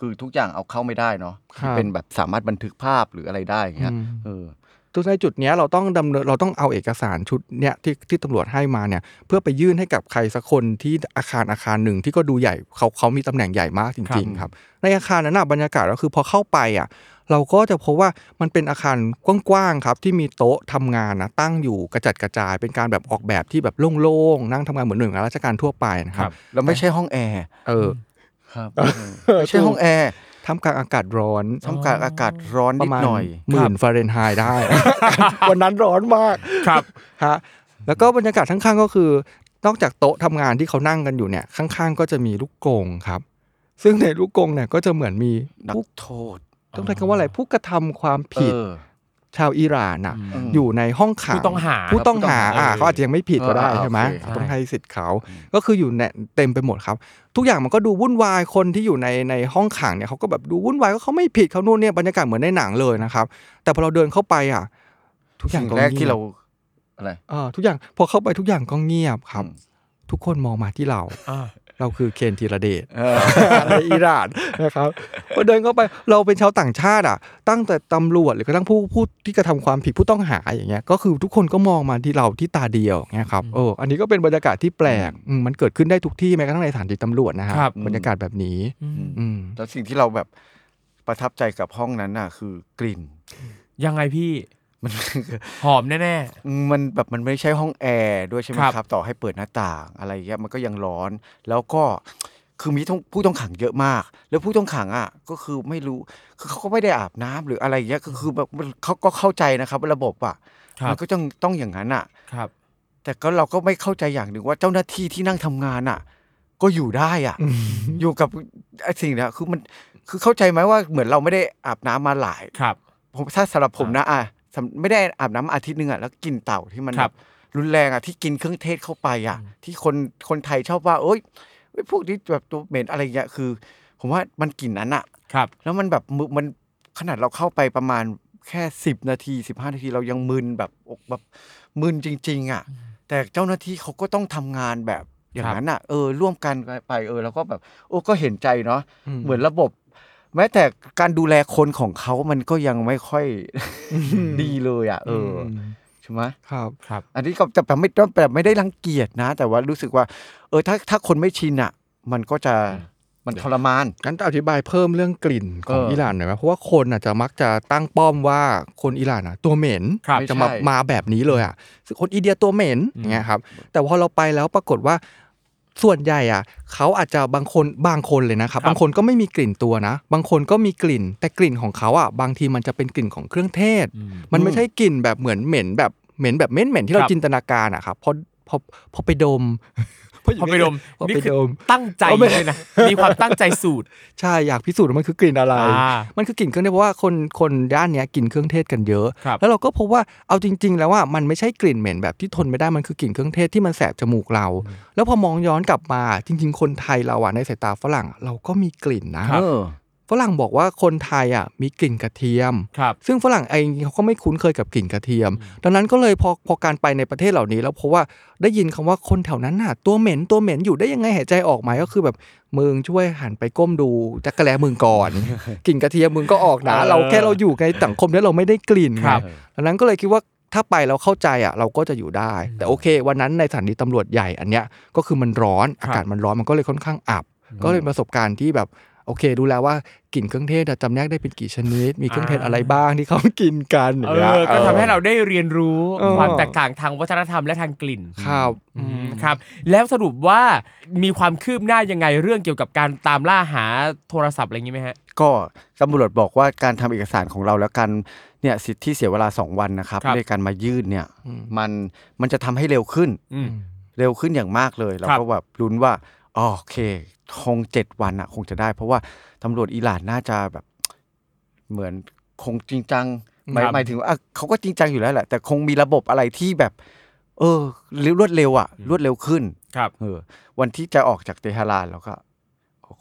คือทุกอย่างเอาเข้าไม่ได้เนาะ
ครับ
เป็นแบบสามารถบันทึกภาพหรืออะไรได้อย่างเงี้ย
อืม
เออ
ตรงในจุดเนี้ยเราต้องดำเนินเราต้องเอาเอกสารชุดเนี้ยที่ที่ตำรวจให้มาเนี่ยเพื่อไปยื่นให้กับใครสักคนที่อาคารอาคารหนึ่งที่ก็ดูใหญ่เขาเขามีตำแหน่งใหญ่มากจริงๆครับในอาคารนั้นนะบรรยากาศก็คือพอเข้าไปอ่ะเราก็จะพบว่ามันเป็นอาคารกว้างๆครับที่มีโต๊ะทำงานนะตั้งอยู่กระจัดกระจาย เป็นการแบบออกแบบที่แบบโล่งๆนั่งทำงานเหมือนหน่วยงานราชการทั่วไปนะค
ครั
รับ บ
แล้วไม่ใช่ห้องแอร์
เออ
ครับไม่ใช่ห้องแอร์
ท่ามกลางอากาศร้อน
ทำกลางอากาศร้อน
ป
นิ
ระ
ด
มาณ
หน่อย
หมื่นฟาเรนไฮ ต์ได้ วันนั้นร้อนมาก
ครับ
ฮะแล้วก็บรรยากาศข้างๆก็คือ นอกจากโต๊ะทำงานที่เขานั่งกันอยู่เนี่ยข้างๆ ก็จะมีลูกกรงครับ ซึ่งในลูกกรงเนี่ยก็จะเหมือนมี
นัก
ผู้
โทษ
ต้องใช้คำว่าอะไรผู้กระทำความผิด
เออ
ชาวอิหร่านอ่ะ
อืม
อยู่ในห้องขัง
ผู้ต้องหา
ผู้ต้องหา
ผู้ต้องหา
อ่ะ
เออ
เขาอาจจะยังไม่ผิดก็ได้
เออ
ใช่ไหม
โอเค
เขาต้องให้สิทธิ์เขาก็คืออยู่เนี่ยเต็มไปหมดครับ ทุกอย่างมันก็ดูวุ่นวายคนที่อยู่ในในห้องขังเนี่ยเขาก็แบบดูวุ่นวายก็เขาไม่ผิดเขานู่นเนี่ยบรรยากาศเหมือนในหนังเลยนะครับ แต่พอเราเดินเข้าไปอ่ะ ทุกอย่าง
สิ่ง
ก็
แรกที่เรา
งียบ
อะไร
อ่าทุกอย่างพอเข้าไปทุกอย่างก็เงียบครับ
อืม
ทุกคนมองมาที่เรา
อ่า
เราคือเคนธีรเดช ในอิหร่านนะครับพอเดินเข้าไปเราเป็นชาวต่างชาติอ่ะ ตั้งแต่ตำรวจหรือกระทั่งผู้ผู้ที่กระทำความผิดผู้ต้องหาอย่างเงี้ยก็คือทุกคนก็มองมาที่เราที่ตาเดียวเงี้ยครับเอออันนี้ก็เป็นบรรยากาศที่แปลกอืมมันเกิดขึ้นได้ทุกที่แม้กระทั่งในสถานที่ตำรวจนะฮะ
ครับ
บรรยากาศแบบนี้อืม
แล้วสิ่งที่เราแบบประทับใจกับห้องนั้นน่ะ คือกลิ่น
ยังไงพี่
มัน
หอมแน่
มันแบบมันไม่ใช่ห้องแอร์ด้วยใช่ไหม
ครับ
ครับ ต่อให้เปิดหน้าต่างอะไรเงี้ยมันก็ยังร้อน แล้วก็คือมีต้องผู้ต้องขังเยอะมาก แล้วผู้ต้องขังอ่ะก็คือไม่รู้คือเขาก็ไม่ได้อาบน้ำหรืออะไรเงี้ยก็คือแบบมันเขาก็เข้าใจนะครับว่าระบบอ่ะ
ครับ
มันก็ต้องต้องอย่างนั้นอ่ะ
ๆครับ
แต่ก็เราก็ไม่เข้าใจอย่างหนึ่งว่าเจ้าหน้าที่ที่นั่งทำงานอ่ะ ก็อยู่ได้อ่ะ อยู่กับไอ้สิ่งเนี้ยคือมันคือเข้าใจไหมว่าเหมือนเราไม่ได้อาบน้ำมาหลาย
ครับ
ผมถ้าสำหรับผมนะอ่ะสำไม่ได้อาบน้ำอาทิตย์หนึงอ่ะแล้วกลินเต่าที่มัน
ครับ
แบบรุนแรงอ่ะที่กินเครื่องเทศเข้าไปอ่ะ ที่คนคนไทยชอบว่าเอ้ยเอ้ยพวกนี้แบบตัวเหม็นอะไรเงี้ยคือ ผมว่ามันกลิ่นนั้นอ่ะ
ครับ
แล้วมันแบบมึมันขนาดเราเข้าไปประมาณแค่สิบนาทีสิบห้านาทีเรายังมึนแบบอกแบบมึนจริง ๆ อ่ะ แต่เจ้าหน้าที่เขาก็ต้องทำงานแบบอย่างนั้นอ่ะเออร่วมกันไปเออ แล้วก็แบบโอ้ก็เห็นใจเนาะเหมือนระบบ แม้แต่การดูแลคนของเขามันก็ยังไม่ ค่อย ดีเลยอ่ะ เอออใช่ไหม
ครับ
ครับ
อันนี้ก็แต่แบบไม่แบบไม่ได้รังเกียจนะ แต่ว่ารู้สึกว่า เออถ้าถ้าคนไม่ชินอ่ะ มันก็จะมันทรมาน
งั้นจะอธิบายเพิ่มเรื่องกลิ่นของ
เอออิ
อิหร่านหน่อยไหมเพราะว่าคนอาจจะมักจะตั้งป้อมว่าคนอิหร่านอ่ะตัวเหม็น
ครับ
จะมา
ไม่ใช่
มาแบบนี้เลยอ่ะซึ่งคนอินเดียตัวเหม็น
อืม
อย่างเงี้ยครับ แต่พอเราไปแล้วปรากฏว่าส่วนใหญ่อ่ะเขาอาจจะบางคนบางคนเลยนะครับ บางคนก็ไม่มีกลิ่นตัวนะ บางคนก็มีกลิ่น แต่กลิ่นของเขาอ่ะบางทีมันจะเป็นกลิ่นของเครื่องเทศ มันไม่ใช่กลิ่นแบบเหมือนเหม็นแบบเหม็นแบบเหม็นเหม็นที่เรา
ครับ
จินตนาการอ่ะครับพอพอพอไปดม
พอไปดม
พอ
นี่
ไป
คือ
ดม
ตั้งใจเลย นะมีความตั้งใจสูตร
ใช่อยากพิสูจน์ว่ามันคือกลิ่นอะไร
อ่า
มันคือกลิ่นเครื่องเทศเพราะว่าคนคนด้านเนี้ยกลิ่นเครื่องเทศกันเยอะ
ครับ
แล้วเราก็พบว่าเอาจริง ๆ แล้วว่ามันไม่ใช่กลิ่นเหม็นแบบที่ทนไม่ได้มันคือกลิ่นเครื่องเทศที่มันแสบจมูกเรา แล้วพอมองย้อนกลับมาจริง ๆ คนไทยเราอะในสายตาฝรั่งอะเราก็มีกลิ่นนะครับ
เออ
ฝรั่งบอกว่าคนไทยอะมีกลิ่นกระเทียม
ครับ
ซึ่งฝรั่งเองเขาก็ไม่คุ้นเคยกับกลิ่นกระเทียม ดังนั้นก็เลยพอพอการไปในประเทศเหล่านี้ แล้วเพราะว่าได้ยินคำว่าคนแถวนั้นน่ะ ตัวเหม็นตัวเหม็นอยู่ได้ยังไงหายใจออกไหมก็คือแบบมึงช่วยหันไปก้มดูจักรแลมึงก่อน กลิ่นกระเทียมมึงก็ออกนะ
เออ
เราแค่เราอยู่ในสังคมนี้เราไม่ได้กลิ่นไง
ครับ
ดังนั้นก็เลยคิดว่าถ้าไปเราเข้าใจอ่ะเราก็จะอยู่ได้ แต่โอเค วันนั้นในสถานีตำรวจใหญ่อันเนี้ยก็คือมันร้อน
ครับ
อากาศมันร้อนมันก็เลยค่อนข้างอับ ก็เลยประสบการณ์ที่แบบโอเค ดูแล้วว่ากลิ่นเครื่องเทศอะจำแนกได้เป็นกี่ชนิด มีเครื่องเทศอะไรบ้างที่เขากินกัน
เอย่าง
งี้
อ
ย
ก็ทำให้เราได้เรียนรู้
เออ
ความแตกต่างทางวัฒนธรรมและทางกลิ่น
ครับ
อืมครับ แล้วสรุปว่ามีความคืบหน้ายังไงเรื่องเกี่ยวกับการตามล่าหาโทรศัพท์อะไรอย่างนี้ไหมฮะ
ก็ตำรวจบอกว่าการทำเอกสารของเราแล้วกันเนี่ยสิทธิเสียเวลา 2 วันนะครับ
ครับ
ในการมายื่นเนี่ยมันมันจะทำให้เร็วขึ้น
อืม
เร็วขึ้นอย่างมากเลยเรา
ครับ
ก็แบบลุ้นว่าอ๋อโอเคคงเจ็ดวันอะคงจะได้ เพราะว่าตำรวจอิหร่านน่าจะแบบเหมือนคงจริงจังหมาย
ครับ
หมายถึงว่าอ่ะเขาก็จริงจังอยู่แล้วแหละแต่คงมีระบบอะไรที่แบบ เออรวดเร็วอะรวดเร็วขึ้น
ครับ
เออวันที่จะออกจากเตหะรานเราก็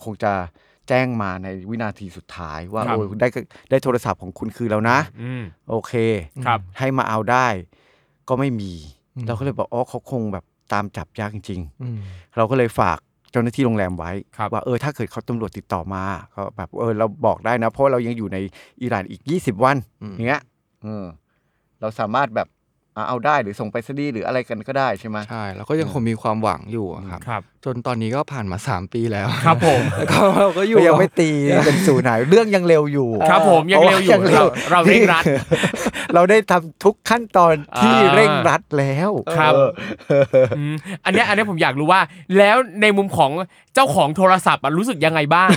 คงจะแจ้งมาในวินาทีสุดท้ายว่า
ครับ
โอ้ยได้ได้โทรศัพท์ของคุณคือแล้วนะ
อืม
โอเค
ครับ
ให้มาเอาได้ ก็ไม่มี เราก็เลยบอกอ๋อเขาคงแบบตามจับยากจริง
อืม
ๆ เราก็เลยฝากเจ้าหน้าที่โรงแรมไว้
ครับ
ว่าเออถ้าเกิดเขาตำรวจติดต่อมาก็แบบเออเราบอกได้นะ เพราะเรายังอยู่ในอิหร่านอีก 20 วัน
อืม
อย่างเงี้ยเออเราสามารถแบบอ่ะเอาได้หรือส่งไปสดีย์หรืออะไรกันก็ได้ใช่ไหม
ใช่แล้วก็ยังคงมีความหวังอยู่อะครับ
ครับ
จนตอนนี้ก็ผ่านมา 3 ปีแล้ว
ครับผม
แล้วก็เราก็อยู่
ก็ยังไม่ตีเป็นศูนย์หายเรื่องยังเร็วอยู่
ครับผมยังเร็วอยู่
พาะาง
เราเราเร่งรัด
เราได้ทำทุกขั้นตอนที่
อ่า
เร่งรัดแล้ว
ครับอืมอันเนี้ยอันเนี้ยผมอยากรู้ว่า แล้วในมุมของเจ้าของโทรศัพท์อะรู้สึกยังไงบ้าง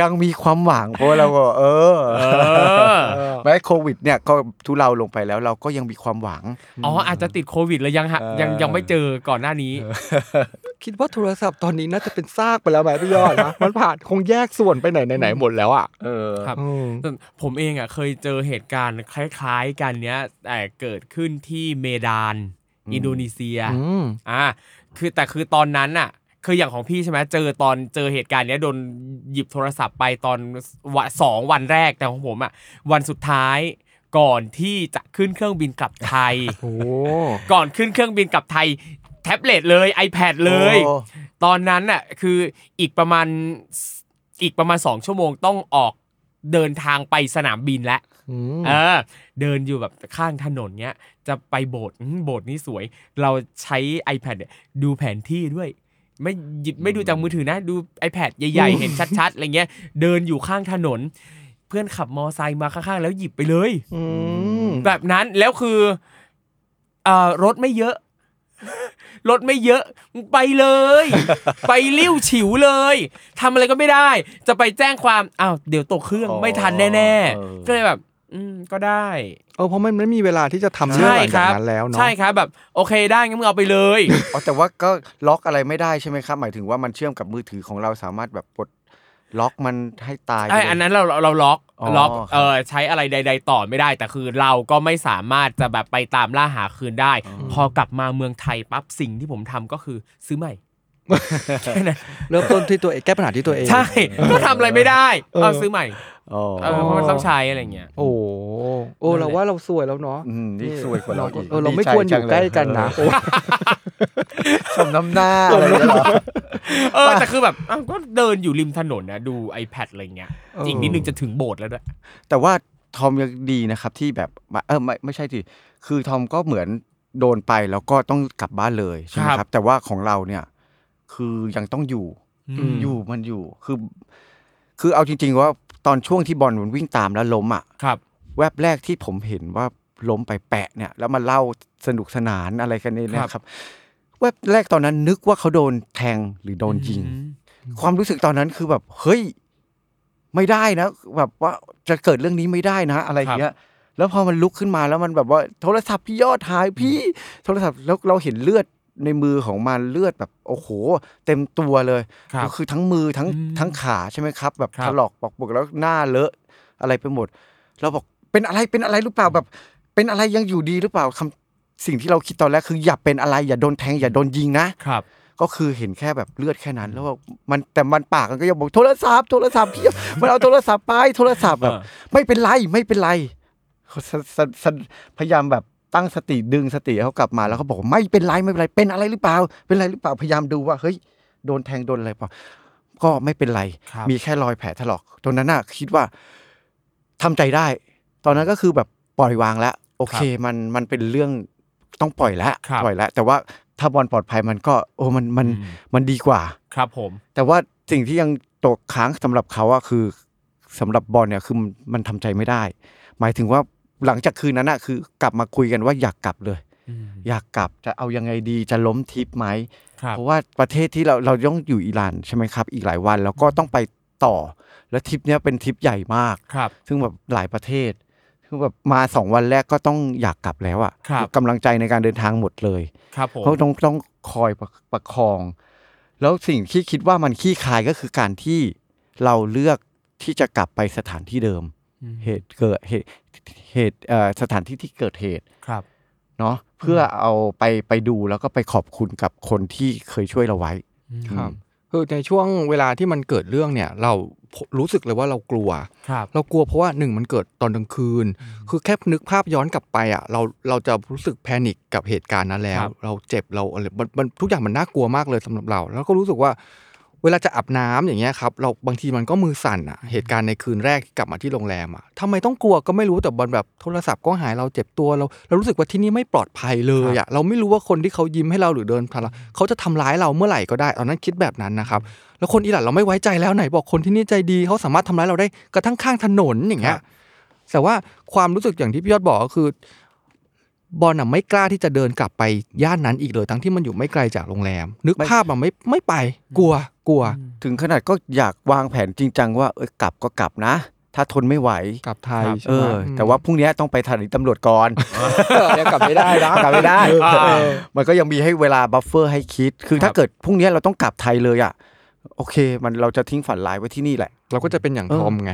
ยังมีความหวังเพราะว่าเราก็เออ
เออ
แม้โควิดเนี่ยก็ทุเลาลงไปแล้วเราก็ยังมีความหวัง
อ๋ออาจจะติดโควิดแล้วยังหะยังยังไม่เจอก่อนหน้านี้
คิดว่าโทรศัพท์ตอนนี้น่าจะเป็นซากไปแล้วไหมพี่ยอด นะ มันผ่านคงแยกส่วนไปไหนไหนๆหมดแล้วอ่ะ
เออ
ครับ
อืม
ส่วนผมเองอ่ะเคยเจอเหตุการณ์คล้ายๆกันเนี้ยแต่เกิดขึ้นที่เมดาน อินโดนีเซียอ่าคือแต่คือตอนนั้นอ่ะคืออย่างของพี่ใช่ไหมเจอตอนเจอเหตุการณ์เนี้ยโดนหยิบโทรศัพท์ไปตอนวะสองวันแรกแต่ของผมอ่ะวันสุดท้ายก่อนที่จะขึ้นเครื่องบินกลับไท ย
โอ้
ก่อนขึ้นเครื่องบินกลับไทย แท็บเล็ตเลย iPad เลย
โอ้
ตอนนั้นน่ะคืออีกประมาณอีกประมาณ 2 ชั่วโมงต้องออกเดินทางไปสนามบินแล้วเออ เดินอยู่แบบข้างถนนเงี้ย จะไปโบสถ์อืมโบสถ์นี้สวย เราใช้ iPad เนี่ยดูแผนที่ด้วย ไม่หยิบไม่ดูจากมือถือนะ ดู iPad ใหญ่ ๆ เห็นชัด ๆ อะไรเงี้ย เดินอยู่ข้างถนน เพื่อนขับมอไซค์มาข้างๆ แล้วหยิบไปเลย แบบนั้นแล้วคือเอ่อรถไม่เยอะ รถไม่เยอะไปเลย ไปริ้วฉิวเลยทำอะไรก็ไม่ได้ จะไปแจ้งความอ้าวเดี๋ยวตกเครื่อง
อ๋อ
ไม่ทันแน่
เออ
ๆก็เลยแบบ อืมก็ได้
เออเพราะมันไม่มีเวลาที่จะทำเรื่อง
ใช่
หลัง
ค
จา
รั
ก
บ
นั้นแล้วเนาะ
ใช่ครับแบบ โอเคได้งั้นมึงเอาไปเลย
อ๋อแต่ว่าก็ล็อกอะไรไม่ได้ใช่ไหมครับ หมายถึงว่ามันเชื่อมกับมือถือของเราสามารถแบบปลดล็อกมันให้ตายไป
ไอ
เลย
อันนั้นเราเราเราล็อก
อ๋อ
ล็อก
ครับ
เออใช้อะไรใด ๆ ต่อไม่ได้ แต่คือเราก็ไม่สามารถจะแบบไปตามล่าหาคืนได้ พอกลับมาเมืองไทยปั๊บสิ่งที่ผมทำก็คือซื้อใหม่ แค่นั้น
เริ่มต้นที่ตัวเองแก้ปัญหาที่ตัวเอง
ใช่ ก็ทำอะไรไม่ได้เอาซื้อใหม่
๋อ
เออเพราะมันต้องใช้อะไรอย่างเงี้ย
โอ้โอ้
นั่นแหละ
เราว่าเราสวยแล้วเนาะ
มนี่สวยกว่าเราอีก
เออเราไม่ควรอยู่ใกล้กันนะโอ้
สมน้ำหน้าอะไรอย่างเงี้ยเหรอ
เออแต่คือแบบอ้าวก็เดินอยู่ริมถนนนะดู iPad อะไรเงี้ย
เอออี
อีกนิดนึงจะถึงโบสถ์แล้วด้วย
แต่ว่าทอมยังดีนะครับที่แบบมาเออไม่ไม่ใช่ทีคือทอมก็เหมือนโดนไปแล้วก็ต้องกลับบ้านเลยใช่ไหม
ครับ
ครับ แต่ว่าของเราเนี่ย คือยังต้องอยู่
ม
อยู่มันอยู่คือ คือเอาจริง ๆ ว่าตอนช่วงที่บอลมันวิ่งตามแล้วล้มอ่ะ
ครับ
แวบแรกที่ผมเห็นว่าล้มไปแปะเนี่ย แล้วมาเล่าสนุกสนานอะไรกันเนี่
ค
ย
รับ
นะครับ แวบแรกตอนนั้นนึกว่าเขาโดนแทงหรือโดนยิง ความรู้สึกตอนนั้นคือแบบเฮ้ยไม่ได้นะแบบว่าจะเกิดเรื่องนี้ไม่ได้นะอะไรอย่างเงี้ยแล้วพอมันลุกขึ้นมาแล้วมันแบบว่าโทรศัพท์พี่ยอดหายพี่ โทรศัพท์แล้วเราเห็นเลือดในมือของมันเลือดแบบโอ้โห เต็มตัวเลย
ครับ
ก็คือทั้งมือทั้ง
อืม
ทั้งขาใช่ไหมครับ แบบ
ครับ
ถลอกปอกเปลือกแล้วหน้าเลอะอะไรไปหมด เราบอกเป็นอะไรเป็นอะไรหรือเปล่าแบบ เป็นอะไรยังอยู่ดีหรือเปล่าคำสิ่งที่เราคิดตอนแรกคืออย่าเป็นอะไรอย่าโดนแทงอย่าโดนยิงนะ
ครับ
ก็คือเห็นแค่แบบเลือดแค่นั้น แล้วว่ามันแต่มันปากมันก็ยังบอกโทรศัพท์โทรศัพท์พี่มันเอาโทรศัพท์ไปโทรศัพท์แบบ
เออ
ไม่เป็นไรไม่เป็นไรเขาสสสพยายามแบบตั้งสติดึงสติให้เขากลับมาแล้วเขาบอกว่าไม่เป็นไรไม่เป็นไรเป็นอะไรหรือเปล่า เป็นอะไรหรือเปล่าพยายามดูว่าเฮ้ยโดนแทงโดนอะไรเปล่าก็ไม่เป็นไร
ครับ
มีแค่รอยแผลถลอกตรงนั้นน่ะคิดว่าทำใจได้ ตอนนั้นก็คือแบบปล่อยวางแล้ว โอเคมันมันเป็นเรื่องต้องปล่อยแล้ว
ครับ
ปล่อยแล้วแต่ว่าถ้าบอลปลอดภัยมันก็ โอ้มันมันมันดีกว่า
ครับผม
แต่ว่าสิ่งที่ยังตกค้างสำหรับเขาอะคือสำหรับบอลเนี่ยคือมันมันทำใจไม่ได้ หมายถึงว่าหลังจากคืนนั้นอะคือกลับมาคุยกันว่าอยากกลับเลย
อืม
อยากกลับจะเอายังไงดีจะล้มทิปไหม
ครับ
เพราะว่าประเทศที่เราเราต้องอยู่อิหร่านใช่ไหมครับ อีกหลายวันแล้วก็ต้องไป ต่อ แล้วทริปเนี้ยเป็นทริปใหญ่มาก
ครับ
ซึ่งแบบหลายประเทศคือแบบมาสองวันแรกก็ต้องอยากกลับแล้วอะ
ครับ
กำลังใจในการเดินทางหมดเลย
ครับผม
เขาต้องต้องคอยประประคอง แล้วสิ่งที่คิดว่ามันขี้คายก็คือการที่เราเลือกที่จะกลับไปสถานที่เดิม เหตุเกิดเหตุเหตุเอ่อสถานที่ที่เกิดเหตุ
ครับ
เนาะเพื่อเอาไปไปดูแล้วก็ไปขอบคุณกับคนที่เคยช่วยเราไว้
ครับคือในช่วงเวลาที่มันเกิดเรื่องเนี่ยเรารู้สึกเลยว่าเรากลัว
ครับ
เรากลัวเพราะว่าหนึ่งมันเกิดตอนกลางคืน คือแค่นึกภาพย้อนกลับไปอ่ะเราเราจะรู้สึกแพนิคกับเหตุการณ์นั้นแล้ว
ครับ
เราเจ็บเราอะไรมันมันทุกอย่างมันน่ากลัวมากเลยสำหรับเรา แล้วก็รู้สึกว่า เวลาจะอาบน้ำอย่างเงี้ยครับเราบางทีมันก็มือสั่นอ่ะเหตุการณ์ในคืนแรกที่กลับมาที่โรงแรมอ่ะทำไมต้องกลัวก็ไม่รู้แต่บอลแบบโทรศัพท์ก็หายเราเจ็บตัวเราเรารู้สึกว่าที่นี่ไม่ปลอดภัยเลยอ่ะเราไม่รู้ว่าคนที่เขายิ้มให้เราหรือเดินผ่านเราเขาจะทำร้ายเราเมื่อไหร่ก็ได้ตอนนั้นคิดแบบนั้นนะครับ แล้วคนอิหร่านเราไม่ไว้ใจแล้วไหนบอกคนที่นี่ใจดีเขาสามารถทำร้ายเราได้กระทั่งข้างถนนอย่างเงี้ยแต่ว่าความรู้สึกอย่างที่พี่ยอดบอกก็คือบอลน่ะไม่กล้าที่จะเดินกลับไปย่านนั้นอีกเลยทั้งที่มันอยู่ไม่ไกลจากโรงแรม นึกภาพมันไม่ไม่ไป กลัวกลัว
ถึงขนาดก็อยากวางแผนจริงจังว่าเอยกลับก็กลับนะ ถ้าทนไม่ไหว
กลับไทย
เอ
ใช่ไหม
อ แต่ว่าพรุ่งนี้ต้องไปสถานีตำรวจก่อน
เดี๋ยวกลับไม่ได้นะ
กลับไม่ได้
อ่า
มันก็ยังมีให้เวลาบัฟเฟอร์ให้คิด คือถ้าเกิดพรุ่งนี้เราต้องกลับไทยเลยอ่ะ โอเค มันเราจะทิ้งฝันร้ายไว้ที่นี่แหละ
เราก็จะเป็นอย่างทอมไง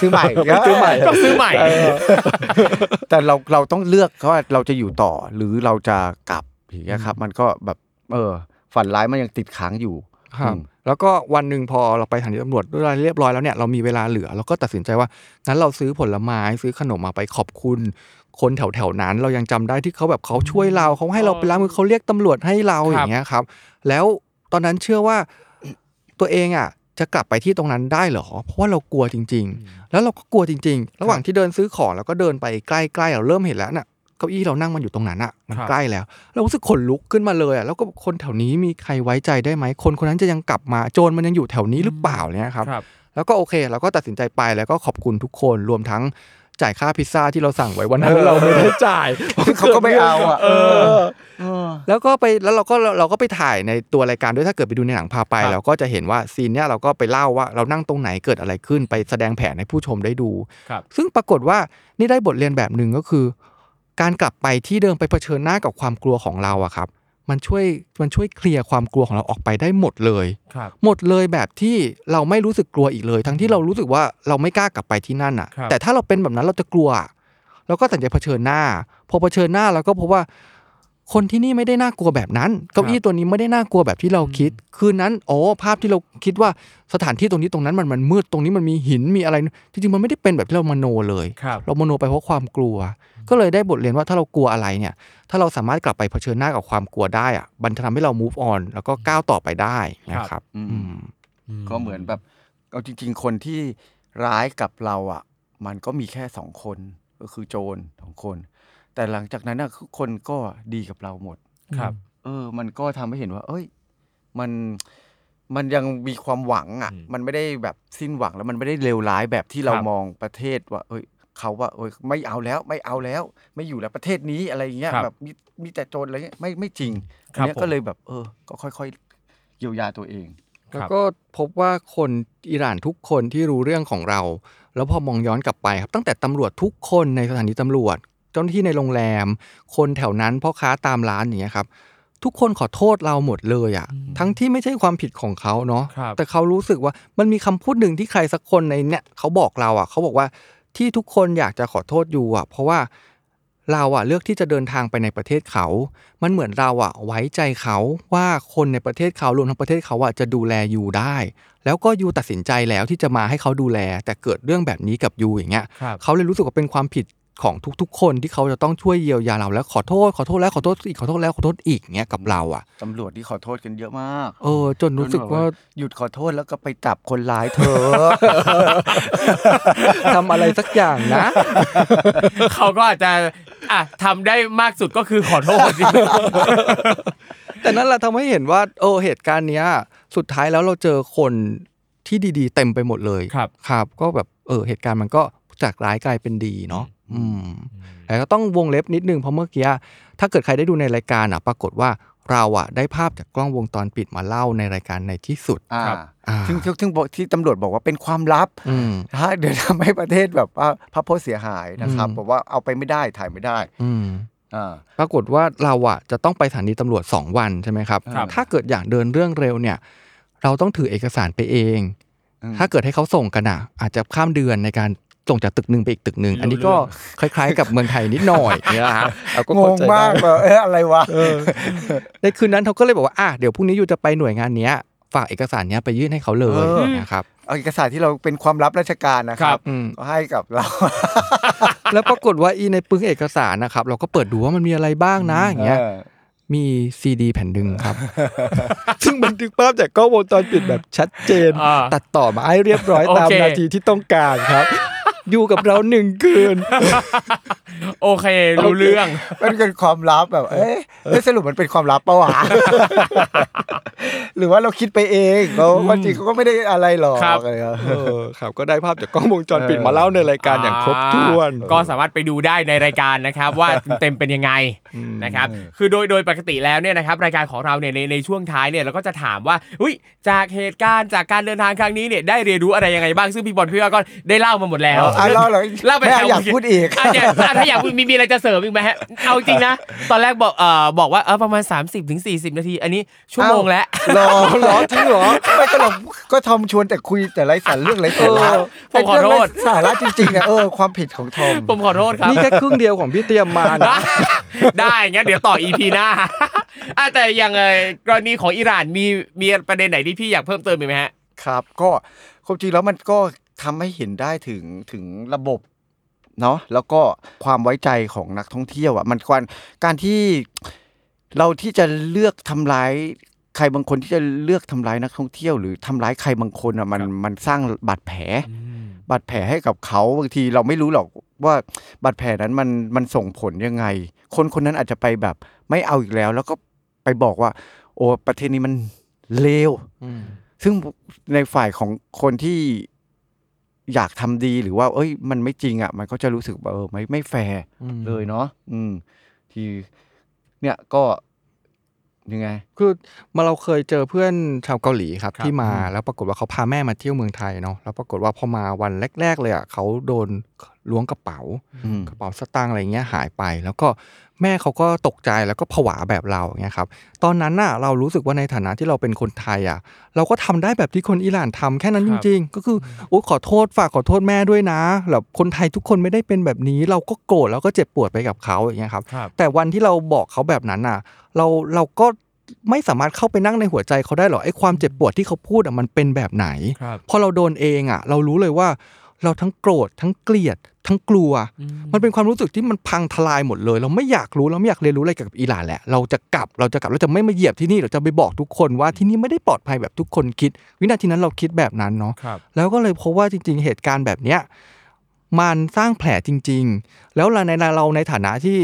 ชื่อใหม่ ชื่อใหม่
ก็ซื้อใหม่
แต่เราเราต้องเลือกว่าเราจะอยู่ต่อหรือเราจะกลับอย่างเงี้ยครับ มันก็แบบเออ ฝันร้ายมันยังติดค้างอยู่
ครับ
อืม
แล้วก็วันหนึ่งพอเราไปสถานีตำรวจด้วยเรียบร้อยแล้วเนี่ยเรามีเวลาเหลือเราก็ตัดสินใจว่างั้นเราซื้อผลไม้ซื้อขนมมาไปขอบคุณ คนแถวๆนั้น เรายังจำได้ที่เขาแบบเขาช่วยเราเขาให้เราไปล้างมือเขาเรียกตำรวจให้เรา
ครับ
อย่างเงี้ยครับ แล้วตอนนั้นเชื่อว่าตัวเองอ่ะจะกลับไปที่ตรงนั้นได้เหรอ เพราะว่าเรากลัวจริง ๆ แล้วเราก็กลัวจริง ๆ ระหว่างที่เดินซื้อของแล้วก็เดินไปใกล้ๆเราเริ่มเห็นแล้วน่ะเก้าอี้เรานั่งมันอยู่ตรงนั้นอ่ะมัน
ครับ
ใกล้แล้ว เรารู้สึกขนลุกขึ้นมาเลยอ่ะแล้วก็คนแถวนี้มีใครไว้ใจได้ไหมคนคนนั้นจะยังกลับมาโจรมันยังอยู่แถวนี้หรือเปล่าเนี่ยครับ
ครับ
แล้วก็โอเคเราก็ตัดสินใจไปแล้วก็ขอบคุณทุกคนรวมทั้งจ่ายค่าพิซซ่าที่เราสั่งไว้วันนั้นเราไม่ได้จ่าย
เขาก็ไม่เอาอ่ะ
แล้วก็ไปแล้วเราก็เราก็ไปถ่ายในตัวรายการด้วยถ้าเกิดไปดูในหนังพาไป
ครับ
เราก็จะเห็นว่าซีนเนี้ยเราก็ไปเล่าว่าเรานั่งตรงไหนเกิดอะไรขึ้นไปแสดงแผนให้ผู้ชมได้ดู
ครับ
ซึ่งปรากฏว่านี่ได้บทเรียนแบบหนึ่งก็คือ การกลับไปที่เดิมไปเผชิญหน้ากับความกลัวของเราอะครับ มันช่วยมันช่วยเคลียร์ความกลัวของเราออกไปได้หมดเลย
ครับ
หมดเลยแบบที่เราไม่รู้สึกกลัวอีกเลย ทั้งที่เรารู้สึกว่าเราไม่กล้ากลับไปที่นั่นอ่ะ
ครับ
แต่ถ้าเราเป็นแบบนั้นเราจะกลัวอะเราก็ตัดใจเผชิญหน้า พอเผชิญหน้าเราก็พบว่า คนที่นี่ไม่ได้น่ากลัวแบบนั้นเก้าอี้ตัวนี้ไม่ได้น่ากลัวแบบที่เราคิด คืนนั้นอ๋อภาพที่เราคิดว่าสถานที่ตรงนี้ตรงนั้นมันมันมืดตรงนี้มันมีหินมีอะไรจริงๆมันไม่ได้เป็นแบบที่เรามโนเลย
ครับ
เรามโนไปเพราะความกลัว ก็เลยได้บทเรียนว่าถ้าเรากลัวอะไรเนี่ย ถ้าเราสามารถกลับไปเผชิญหน้ากับความกลัวได้อะมันจะทำให้เรา move on แล้วก็ก้าวต่อไปได้นะครับ
อืม
อืม
ก็เหมือนแบบเอาจริง ๆ คนที่ร้ายกับเราอ่ะ มันก็มีแค่สองคน ก็คือโจรสองคน แต่หลังจากนั้นอะคือคนก็ดีกับเราหมด
ครับ
เออ มันก็ทำให้เห็นว่า เอ้ย มัน มันยังมีความหวังอ่ะ
อืม
มันไม่ได้แบบสิ้นหวังแล้วมันไม่ได้เลวร้ายแบบที่เรา
ครับ
มองประเทศว่า เอ้ย เขาว่า เอ้ย ไม่เอาแล้ว ไม่เอาแล้ว ไม่อยู่แล้วประเทศนี้อะไรอย่างเงี้ย
ครับ
แบบมีมีแต่โจรอะไรเงี้ย ไม่ ไม่จริง
ครับ
อันเนี้ย
ผม
ก็เลยแบบ เออ ก็ค่อยๆ เยียวยาตัวเอง
ครั
แล้
บ
วก็พบว่าคนอิหร่านทุกคนที่รู้เรื่องของเรา แล้วพอมองย้อนกลับไปครับตั้งแต่ตำรวจทุกคนในสถานีตำรวจ เจ้าหน้าที่ในโรงแรม คนแถวนั้นพ่อค้าตามร้านอย่างเงี้ยครับ ทุกคนขอโทษเราหมดเลยอะ่ะ ทั้งที่ไม่ใช่ความผิดของเขาเนาะ
ครับ
แต่เขารู้สึกว่ามันมีคำพูดหนึ่งที่ใครสักคนในเนี่ยเขาบอกเราอะ่ะเขาบอกว่าที่ทุกคนอยากจะขอโทษอยู่อะ่ะ เพราะว่าเราอะ่ะเลือกที่จะเดินทางไปในประเทศเขา มันเหมือนเราอะไว้ใจเขาว่าคนในประเทศเขารวมทั้งประเทศเขาอะจะดูแลยูได้ แล้วก็ยูตัดสินใจแล้วที่จะมาให้เขาดูแล แต่เกิดเรื่องแบบนี้กับยูอย่างเงี้ย
ครับ
เขาเลยรู้สึกว่าเป็นความผิดของทุกๆ คนที่เขาจะต้องช่วยเยียวยาเราแล้วขอโทษขอโทษแล้วขอโทษอีกขอโทษแล้วขอโทษอีกอย่างเงี้ยกับเราอะ
ตำรวจที่ขอโทษกันเยอะมาก
เออ จนรู้สึกว่า
หยุดขอโทษแล้วก็ไปจับคนร้ายเธอะ
ทำอะไรสักอย่างนะ
เขาก็อาจจะอ่ะทำได้มากสุดก็คือขอโทษ
แต่นั่นแหละทำให้เห็นว่าเออเหตุการณ์เนี้ย สุดท้ายแล้วเราเจอคนที่ดีๆ เต็มไปหมดเลย
ครับ
ครับ ก็แบบเออเหตุการณ์มันก็จากร้ายกลายเป็นดีเนาะอืมแต่ก็ต้องวงเล็บนิดนึงเพราะเมื่อกี้ถ้าเกิดใครได้ดูในรายการอ่ะ ปรากฏว่า เราอ่ะได้ภาพจากกล้องวงจรปิดมาเล่าในรายการในที่สุด
อ่า
ครับ
อ่า
ซึ่งซึ่งซึ่งบอกที่ตำรวจบอกว่าเป็นความลับ
อืม
ถ้าเดี๋ยวทำให้ประเทศ แบบว่าพระโพสต์เสียหายนะครับ
อืม
บอกว่าเอาไปไม่ได้ถ่ายไม่ได้
อืม
อ่า
ปรากฏว่าเราอะจะต้องไปสถานีตำรวจ 2 วันใช่ไหมครับ
ครับ
ถ้าเกิดอยากเดินเรื่องเร็วเนี่ย เราต้องถือเอกสารไปเอง
อืม
ถ้าเกิดให้เขาส่งกันอะอาจจะข้ามเดือนในการส่งจากตึกหนึ่งไปอีกตึกหนึ่ง อันนี้ก็คล้ายๆกับเมืองไทยนิดหน่ อยเนี่ยนะฮะเราก็
ง
เข้
ง
ใจ
มาก
ได้
แบบเอะ อะไรวะ
ในคืนนั้นเขาก็เลยบอกว่า อ่ะ เดี๋ยวพรุ่งนี้อยู่จะไปหน่วยงานเนี้ย ฝากเอกสารเนี้ยไปยื่นให้เขาเลย
เออ
นะครับ
เอาเอกสารที่เราเป็นความลับราชการนะค
ครั
รับบ
อืม
ก็ให้กับเรา
แล้วปรากฏว่าอีในปึ้งเอกสารนะครับ เราก็เปิดดูว่ามันมีอะไรบ้างนะอย่างเงี้ย มีซีดีแผ่นหนึ่งครับ ซึ่งบันทึกภาพจากกล้องวงจรปิดแบบชัดเจน
อ่า
ตัดต่อมาให้เรียบร้อย
โอเค
ตามนาทีที่ต้องการครับ อยู่กับเราหนึ่งคื น
โอเครู้เรื่อง
มันเป็นความลับแบบ เอ๊ะแล้วสรุปมันเป็นความลับปะ วะ หรือว่าเราคิดไปเองเขาความจริงเขาก็ไม่ได้อะไรหรอก
ครับ
อะไรเงี้ย
เออครับก็ได้ภาพจากกล้องวงจรปิด
เออ
มาเล่าในรายการอย่างครบถ้วน
อ่าก็สามารถไปดูได้ในรายการนะครับ ว่าเต็มๆเป็นยังไงนะครับคือโดยโดยปกติแล้วเนี่ยนะครับรายการของเราเนี่ยในในช่วงท้ายเนี่ยเราก็จะถามว่าอุ้ยจากเหตุการณ์จากการเดินทางครั้งนี้เนี่ยได้เรียนรู้อะไรยังไงบ้างซึ่งพี่บอลพี่ว่าก็ได้เล่ามาหมดแล้ว
อ่ะเล่าเลย
เล่าไป
แม่
แล้ว
อยากพูด อีก
ะเนี่ยอ่ะถ้าอยากพูดมีมีอะไรจะเสริมอีกไหมฮะเอาจริงนะตอนแรกบอกเอ่อบอกว่าเออประมาณ 30-40ถึง40 นาที อันนี้ชั่วโมงแล้ว
รอรอจริงเหรอไม่ก็เราก็ทอมชวนแต่คุยแต่ไร้สาระเรื่องไร้สาระ
เออผมขอโทษ
ไเงไร้สาระจริงๆอะเออความผิดของทอม
ผมขอโทษครับ
นี่แค่ครึ่งเดียวของพี่เตรียมมานะ
ได้งั้นเดี๋ยวต่อ EP หน้า อ่ะแต่อย่างเอ่อกรณีของอิหร่านมีมีประเด็นไหนที่พี่อยากเพิ่มเติมอีกไหมฮะ
ครับก็ความจริงแล้วมันก็ทำให้เห็นได้ถึงถึงระบบเนาะแล้วก็ความไว้ใจของนักท่องเที่ยวอ่ะมันควรการที่เราที่จะเลือกทำร้ายใครบางคนที่จะเลือกทำร้ายนักท่องเที่ยว หรือทำร้ายใครบางคนอ่ะมันมันสร้างบาดแผล บาดแผลให้กับเขาบางทีเราไม่รู้หรอกว่าบาดแผลนั้นมันมันส่งผลยังไง คนคนนั้นอาจจะไปแบบไม่เอาอีกแล้ว แล้วก็ไปบอกว่า โอ้ประเทศนี้มันเลว ซึ่งในฝ่ายของคนที่อยากทำดีหรือว่า เอ้ย มันไม่จริงอ่ะ มันก็จะรู้สึกว่าเออไม่ไม่แฟร์เลยเนาะอืม ทีเนี่ยก็ยังไง
คือมาเราเคยเจอเพื่อนชาวเกาหลีครับ
ครับ
ที่มาแล้วปรากฏว่าเขาพาแม่มาเที่ยวเมืองไทยเนาะแล้วปรากฏว่าพอมาวันแรก ๆ เลยอ่ะเขาโดนล้วงกระเป๋า
อืม
กระเป๋าสตางค์อะไรเงี้ยหายไป แล้วก็แม่เขาก็ตกใจแล้วก็ผวาแบบเราเงี้ยครับตอนนั้นน่ะเรารู้สึกว่าในฐานะที่เราเป็นคนไทยอ่ะเราก็ทำได้แบบที่คนอิหร่านทำแค่นั้น
ค
จ
รับ
ริง ๆ ก็คือโอ้ขอโทษฝากขอโทษแม่ด้วยนะแบบคนไทยทุกคนไม่ได้เป็นแบบนี้ เราก็โกรธแล้วก็เจ็บปวดไปกับเขาอย่างเงี้ยครับ
ครับ
แต่วันที่เราบอกเขาแบบนั้นน่ะ เราเราก็ไม่สามารถเข้าไปนั่งในหัวใจเขาได้หรอกไอ้ความเจ็บปวดที่เขาพูดอ่ะมันเป็นแบบไหน
ครับ
พอเราโดนเองอ่ะ เรารู้เลยว่า เราทั้งโกรธทั้งเกลียด ทั้งกลัว มันเป็นความรู้สึกที่มันพังทลายหมดเลย เราไม่อยากรู้เราไม่อยากเรียนรู้อะไรเกี่ยวกับอิหร่านแหละเราจะกลับเราจะกลับเราจะไม่มาเหยียบที่นี่เราจะไปบอกทุกคนว่าที่นี่ไม่ได้ปลอดภัยแบบทุกคนคิด วินาทีนั้นเราคิดแบบนั้นเนาะ
ครับ
แล้วก็เลยพบว่าจริง ๆ เหตุการณ์แบบเนี้ยมันสร้างแผลจริง ๆ แล้วเราในเราในฐานะที่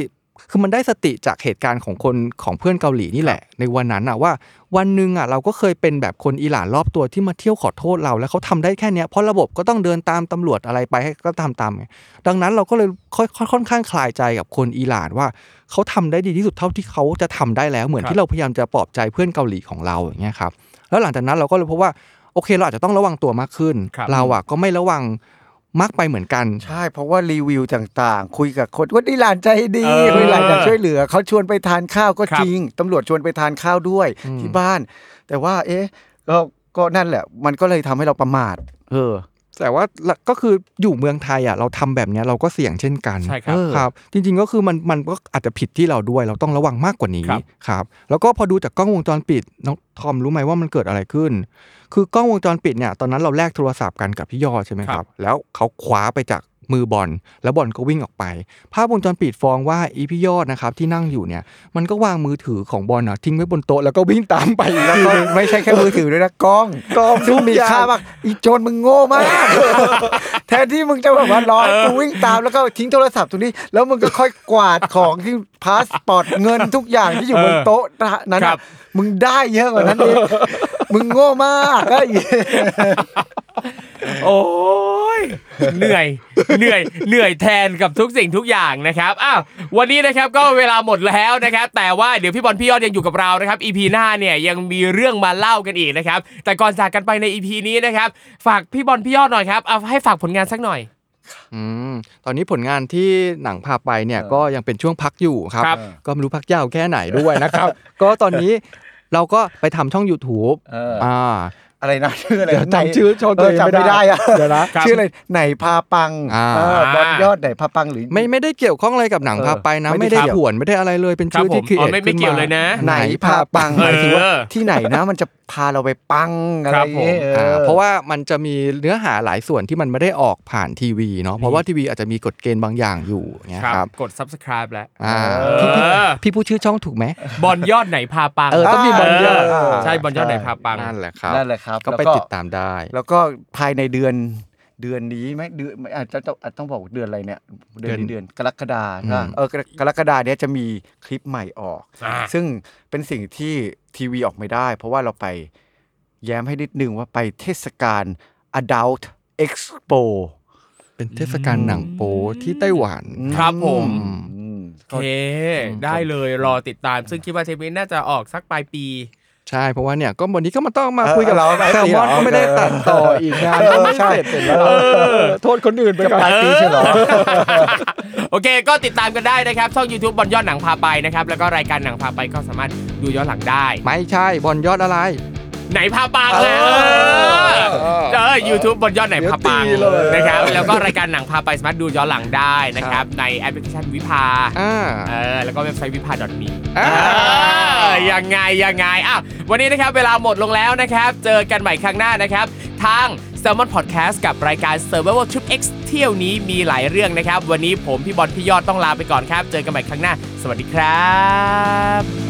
คือมันได้สติจากเหตุการณ์ของคนของเพื่อนเกาหลีนี่แหละ ในวันนั้นอะว่าวันหนึ่งอะเราก็เคยเป็นแบบคนอิหร่านรอบตัวที่มาเที่ยวขอโทษเราแล้วเขาทำได้แค่เนี้ยเพราะระบบก็ต้องเดินตามตำรวจอะไรไปให้ก็ตามตามไงดังนั้นเราก็เลยค่อยค่อยค่อนข้างคลายใจกับคนอิหร่านว่าเขาทำได้ดีที่สุดเท่าที่เขาจะทำได้แล้วเหมือน
ครับ
ที่เราพยายามจะปลอบใจเพื่อนเกาหลีของเราอย่างเงี้ยครับ แล้วหลังจากนั้นเราก็เลยพบว่าโอเคเราอาจจะต้องระวังตัวมากขึ้น
ครับ
เราอะก็ไม่ระวังมากไปเหมือนกัน
ใช่ เพราะว่ารีวิวต่างๆ คุยกับคนว่านี่หลานใจดี
เออ
คุยหลานอยากช่วยเหลือ เขาชวนไปทานข้าวก็
ครับ
จริงตำรวจชวนไปทานข้าวด้วย
อืม
ที่บ้าน แต่ว่า เอ๊ะก็ก็นั่นแหละ มันก็เลยทำให้เราประมาท เออ
แต่ว่าละก็คืออยู่เมืองไทยอะเราทำแบบเนี้ยเราก็เสี่ยงเช่นกัน
ใช่ครับ
เออครับ จริงๆก็คือมันมันก็อาจจะผิดที่เราด้วย เราต้องระวังมากกว่านี้
ครับ
ครับแล้วก็พอดูจากกล้องวงจรปิดน้องทอมรู้ไหมว่ามันเกิดอะไรขึ้น คือกล้องวงจรปิดเนี่ยตอนนั้นเราแลกโทรศัพท์กันกับพี่ยอดใช่ไหมครับ แล้วเขาคว้าไปจากมือบอลแล้วบอลก็วิ่งออกไป ภาพวงจรปิดฟ้องว่าอีพี่ยอดนะครับที่นั่งอยู่เนี่ย มันก็วางมือถือของบอลอะทิ้งไว้บนโต๊ะแล้วก็วิ่งตามไปอีก
แล้ว
ที
ก็
หนึ่ง
ไม่ใช่แค่มือถือด้วยนะกล้องกล้องซึ่งมีค่ามากอีโจรมึงโง่มาก แทนที่มึงจะแบบว่ารอให้กูวิ่งตามแล้วก็ทิ้งโทรศัพท์ตรงนี้ แล้วมึงก็ค่อยกวาดของที่พาสปอร์ตเงินทุกอย่างที่อยู่บนโต๊ะนั้น
ครั
น่ะ
บ
มึงได้เยอะกว่านั้นเองมึงโง่มากก็
โอ้ยเหนื่อยเหนื่อยเหนื่อยแทนกับทุกสิ่งทุกอย่างนะครับอ้าววันนี้นะครับก็เวลาหมดแล้วนะครับ แต่ว่าเดี๋ยวพี่บอลพี่ยอดยังอยู่กับเรานะครับ EP หน้าเนี่ยยังมีเรื่องมาเล่ากันอีกนะครับ แต่ก่อนจากกันไปใน EP นี้นะครับ ฝากพี่บอลพี่ยอดหน่อยครับเอาให้ฝากผลงานสักหน่อย
อืมตอนนี้ผลงานที่หนังพาไปเนี่ยก็ยังเป็นช่วงพักอยู่ครับ
ครับ
ก็ไม่รู้พักยาวแค่ไหนด้วยนะครับ ก็ตอนนี้เราก็ไปทำช่อง YouTube
เอออ่
อ่า
อะไรนะชื่ออะไร
เดี๋ยวจำชื่อช่องตัวเอง
จำไม่
ไม่ได้
ได้อะ
เดี๋ยวนะครับ
ชื่ออะไรไหนพาปัง
อ่า
เออบอลยอดไหนพาปังหรือ
ไม่ไม่ได้เกี่ยวข้องอะไรกับหนัง
เออ
พาไปนะ
ไม่
ไม่
ได้
ได้
เกี่ยว
ผวนไม่ได้อะไรเลยเป็นชื่อ
ครับผม
ที่คือ
อ๋อไม่ไม่
ขึ้น
เกี่ยวเลยนะ
ไหนพาปัง
เออ
หมายถึงว่าที่ไหนนะมันจะพาเราไปปังอะไรอย่างเงี้ย
ครับผม
ออ
อ่าเพราะว่ามันจะมีเนื้อหาหลายส่วนที่มันไม่ได้ออกผ่านทีวีเนาะเพราะว่าทีวีอาจจะมีกฎเกณฑ์บางอย่างอยู่อย่างเงี้ยครับ
กด subscribe แล้ว
อ่า
เออ
พี่พี่พี่พูดชื่อช่องถูกไหม
บอลยอดไหนพาปัง
เออต้องมีบอลยอด
ใช่บอลยอดไหนพาปัง
นั่นแหละครับ
นั่นแหละครับ
ก็ไป
แล้วก็
ติดตามได้
แล้วก็ภายในเดือน
เดือนนี้ไหมเดือนไม่อาจจะต้องอาจต้องบอกเดือนอะไรเนี่ย เดือนนี้
เดื
เดื
อ
อน นกรกฎาใช่ปะ
เออกรกรกฎาเนี้ยจะมีคลิปใหม่ออก
อ่า
ซึ่งเป็นสิ่งที่ทีวีออกไม่ได้ เพราะว่าเราไปแย้มให้นิดนึงว่าไปเทศกาล Adult Expo
เป็นเทศกาลหนังโป๊ที่ไต้หวัน
ครับผม
อืม
โอเค ได้เลยรอติดตาม ซึ่งคิดว่าเทปนี้น่าจะออกสักปลายปี
ใช่เพราะว่าเนี่ยก็วันนี้ก็มาต้องมา
เออ
คุยกับ
เรา
แซลมอนก็ไม่ได้ตัดต่ออีกงาน
เออใช่เสร็จแล้ว
โทษคนอื่นไปก่อน
ปลายปีใช่เหรอ
โอเค ก็ติดตามกันได้นะครับ ช่อง YouTube บอลยอดหนังพาไปนะครับ แล้วก็รายการหนังพาไปก็สามารถดูย้อนหลังได้
ไม่ใช่บอลยอดอะไร
ไหนพาปังนะเออเออยูทูบบนยอดไหนพาปัง
เดี๋ยวตีเลย
นะครับ แล้วก็รายการหนังพาไปสามารถดูย้อนหลังได้นะครับ ในแอปพลิเคชันวิภา
อ่า
เออแล้วก็เว็บไซต์วิภา .me
อ่า
เออยังไง ยังไงอ่ะวันนี้นะครับ เวลาหมดลงแล้วนะครับ เจอกันใหม่ครั้งหน้านะครับ ทาง s ซ l m o n Podcast กับรายการ s u r v i v a l Trip X เที่ยวนี้มีหลายเรื่องนะครับ วันนี้ผมพี่บอลพี่ยอดต้องลาไปก่อนครับ เจอกันใหม่ครั้งหน้า สวัสดีครับ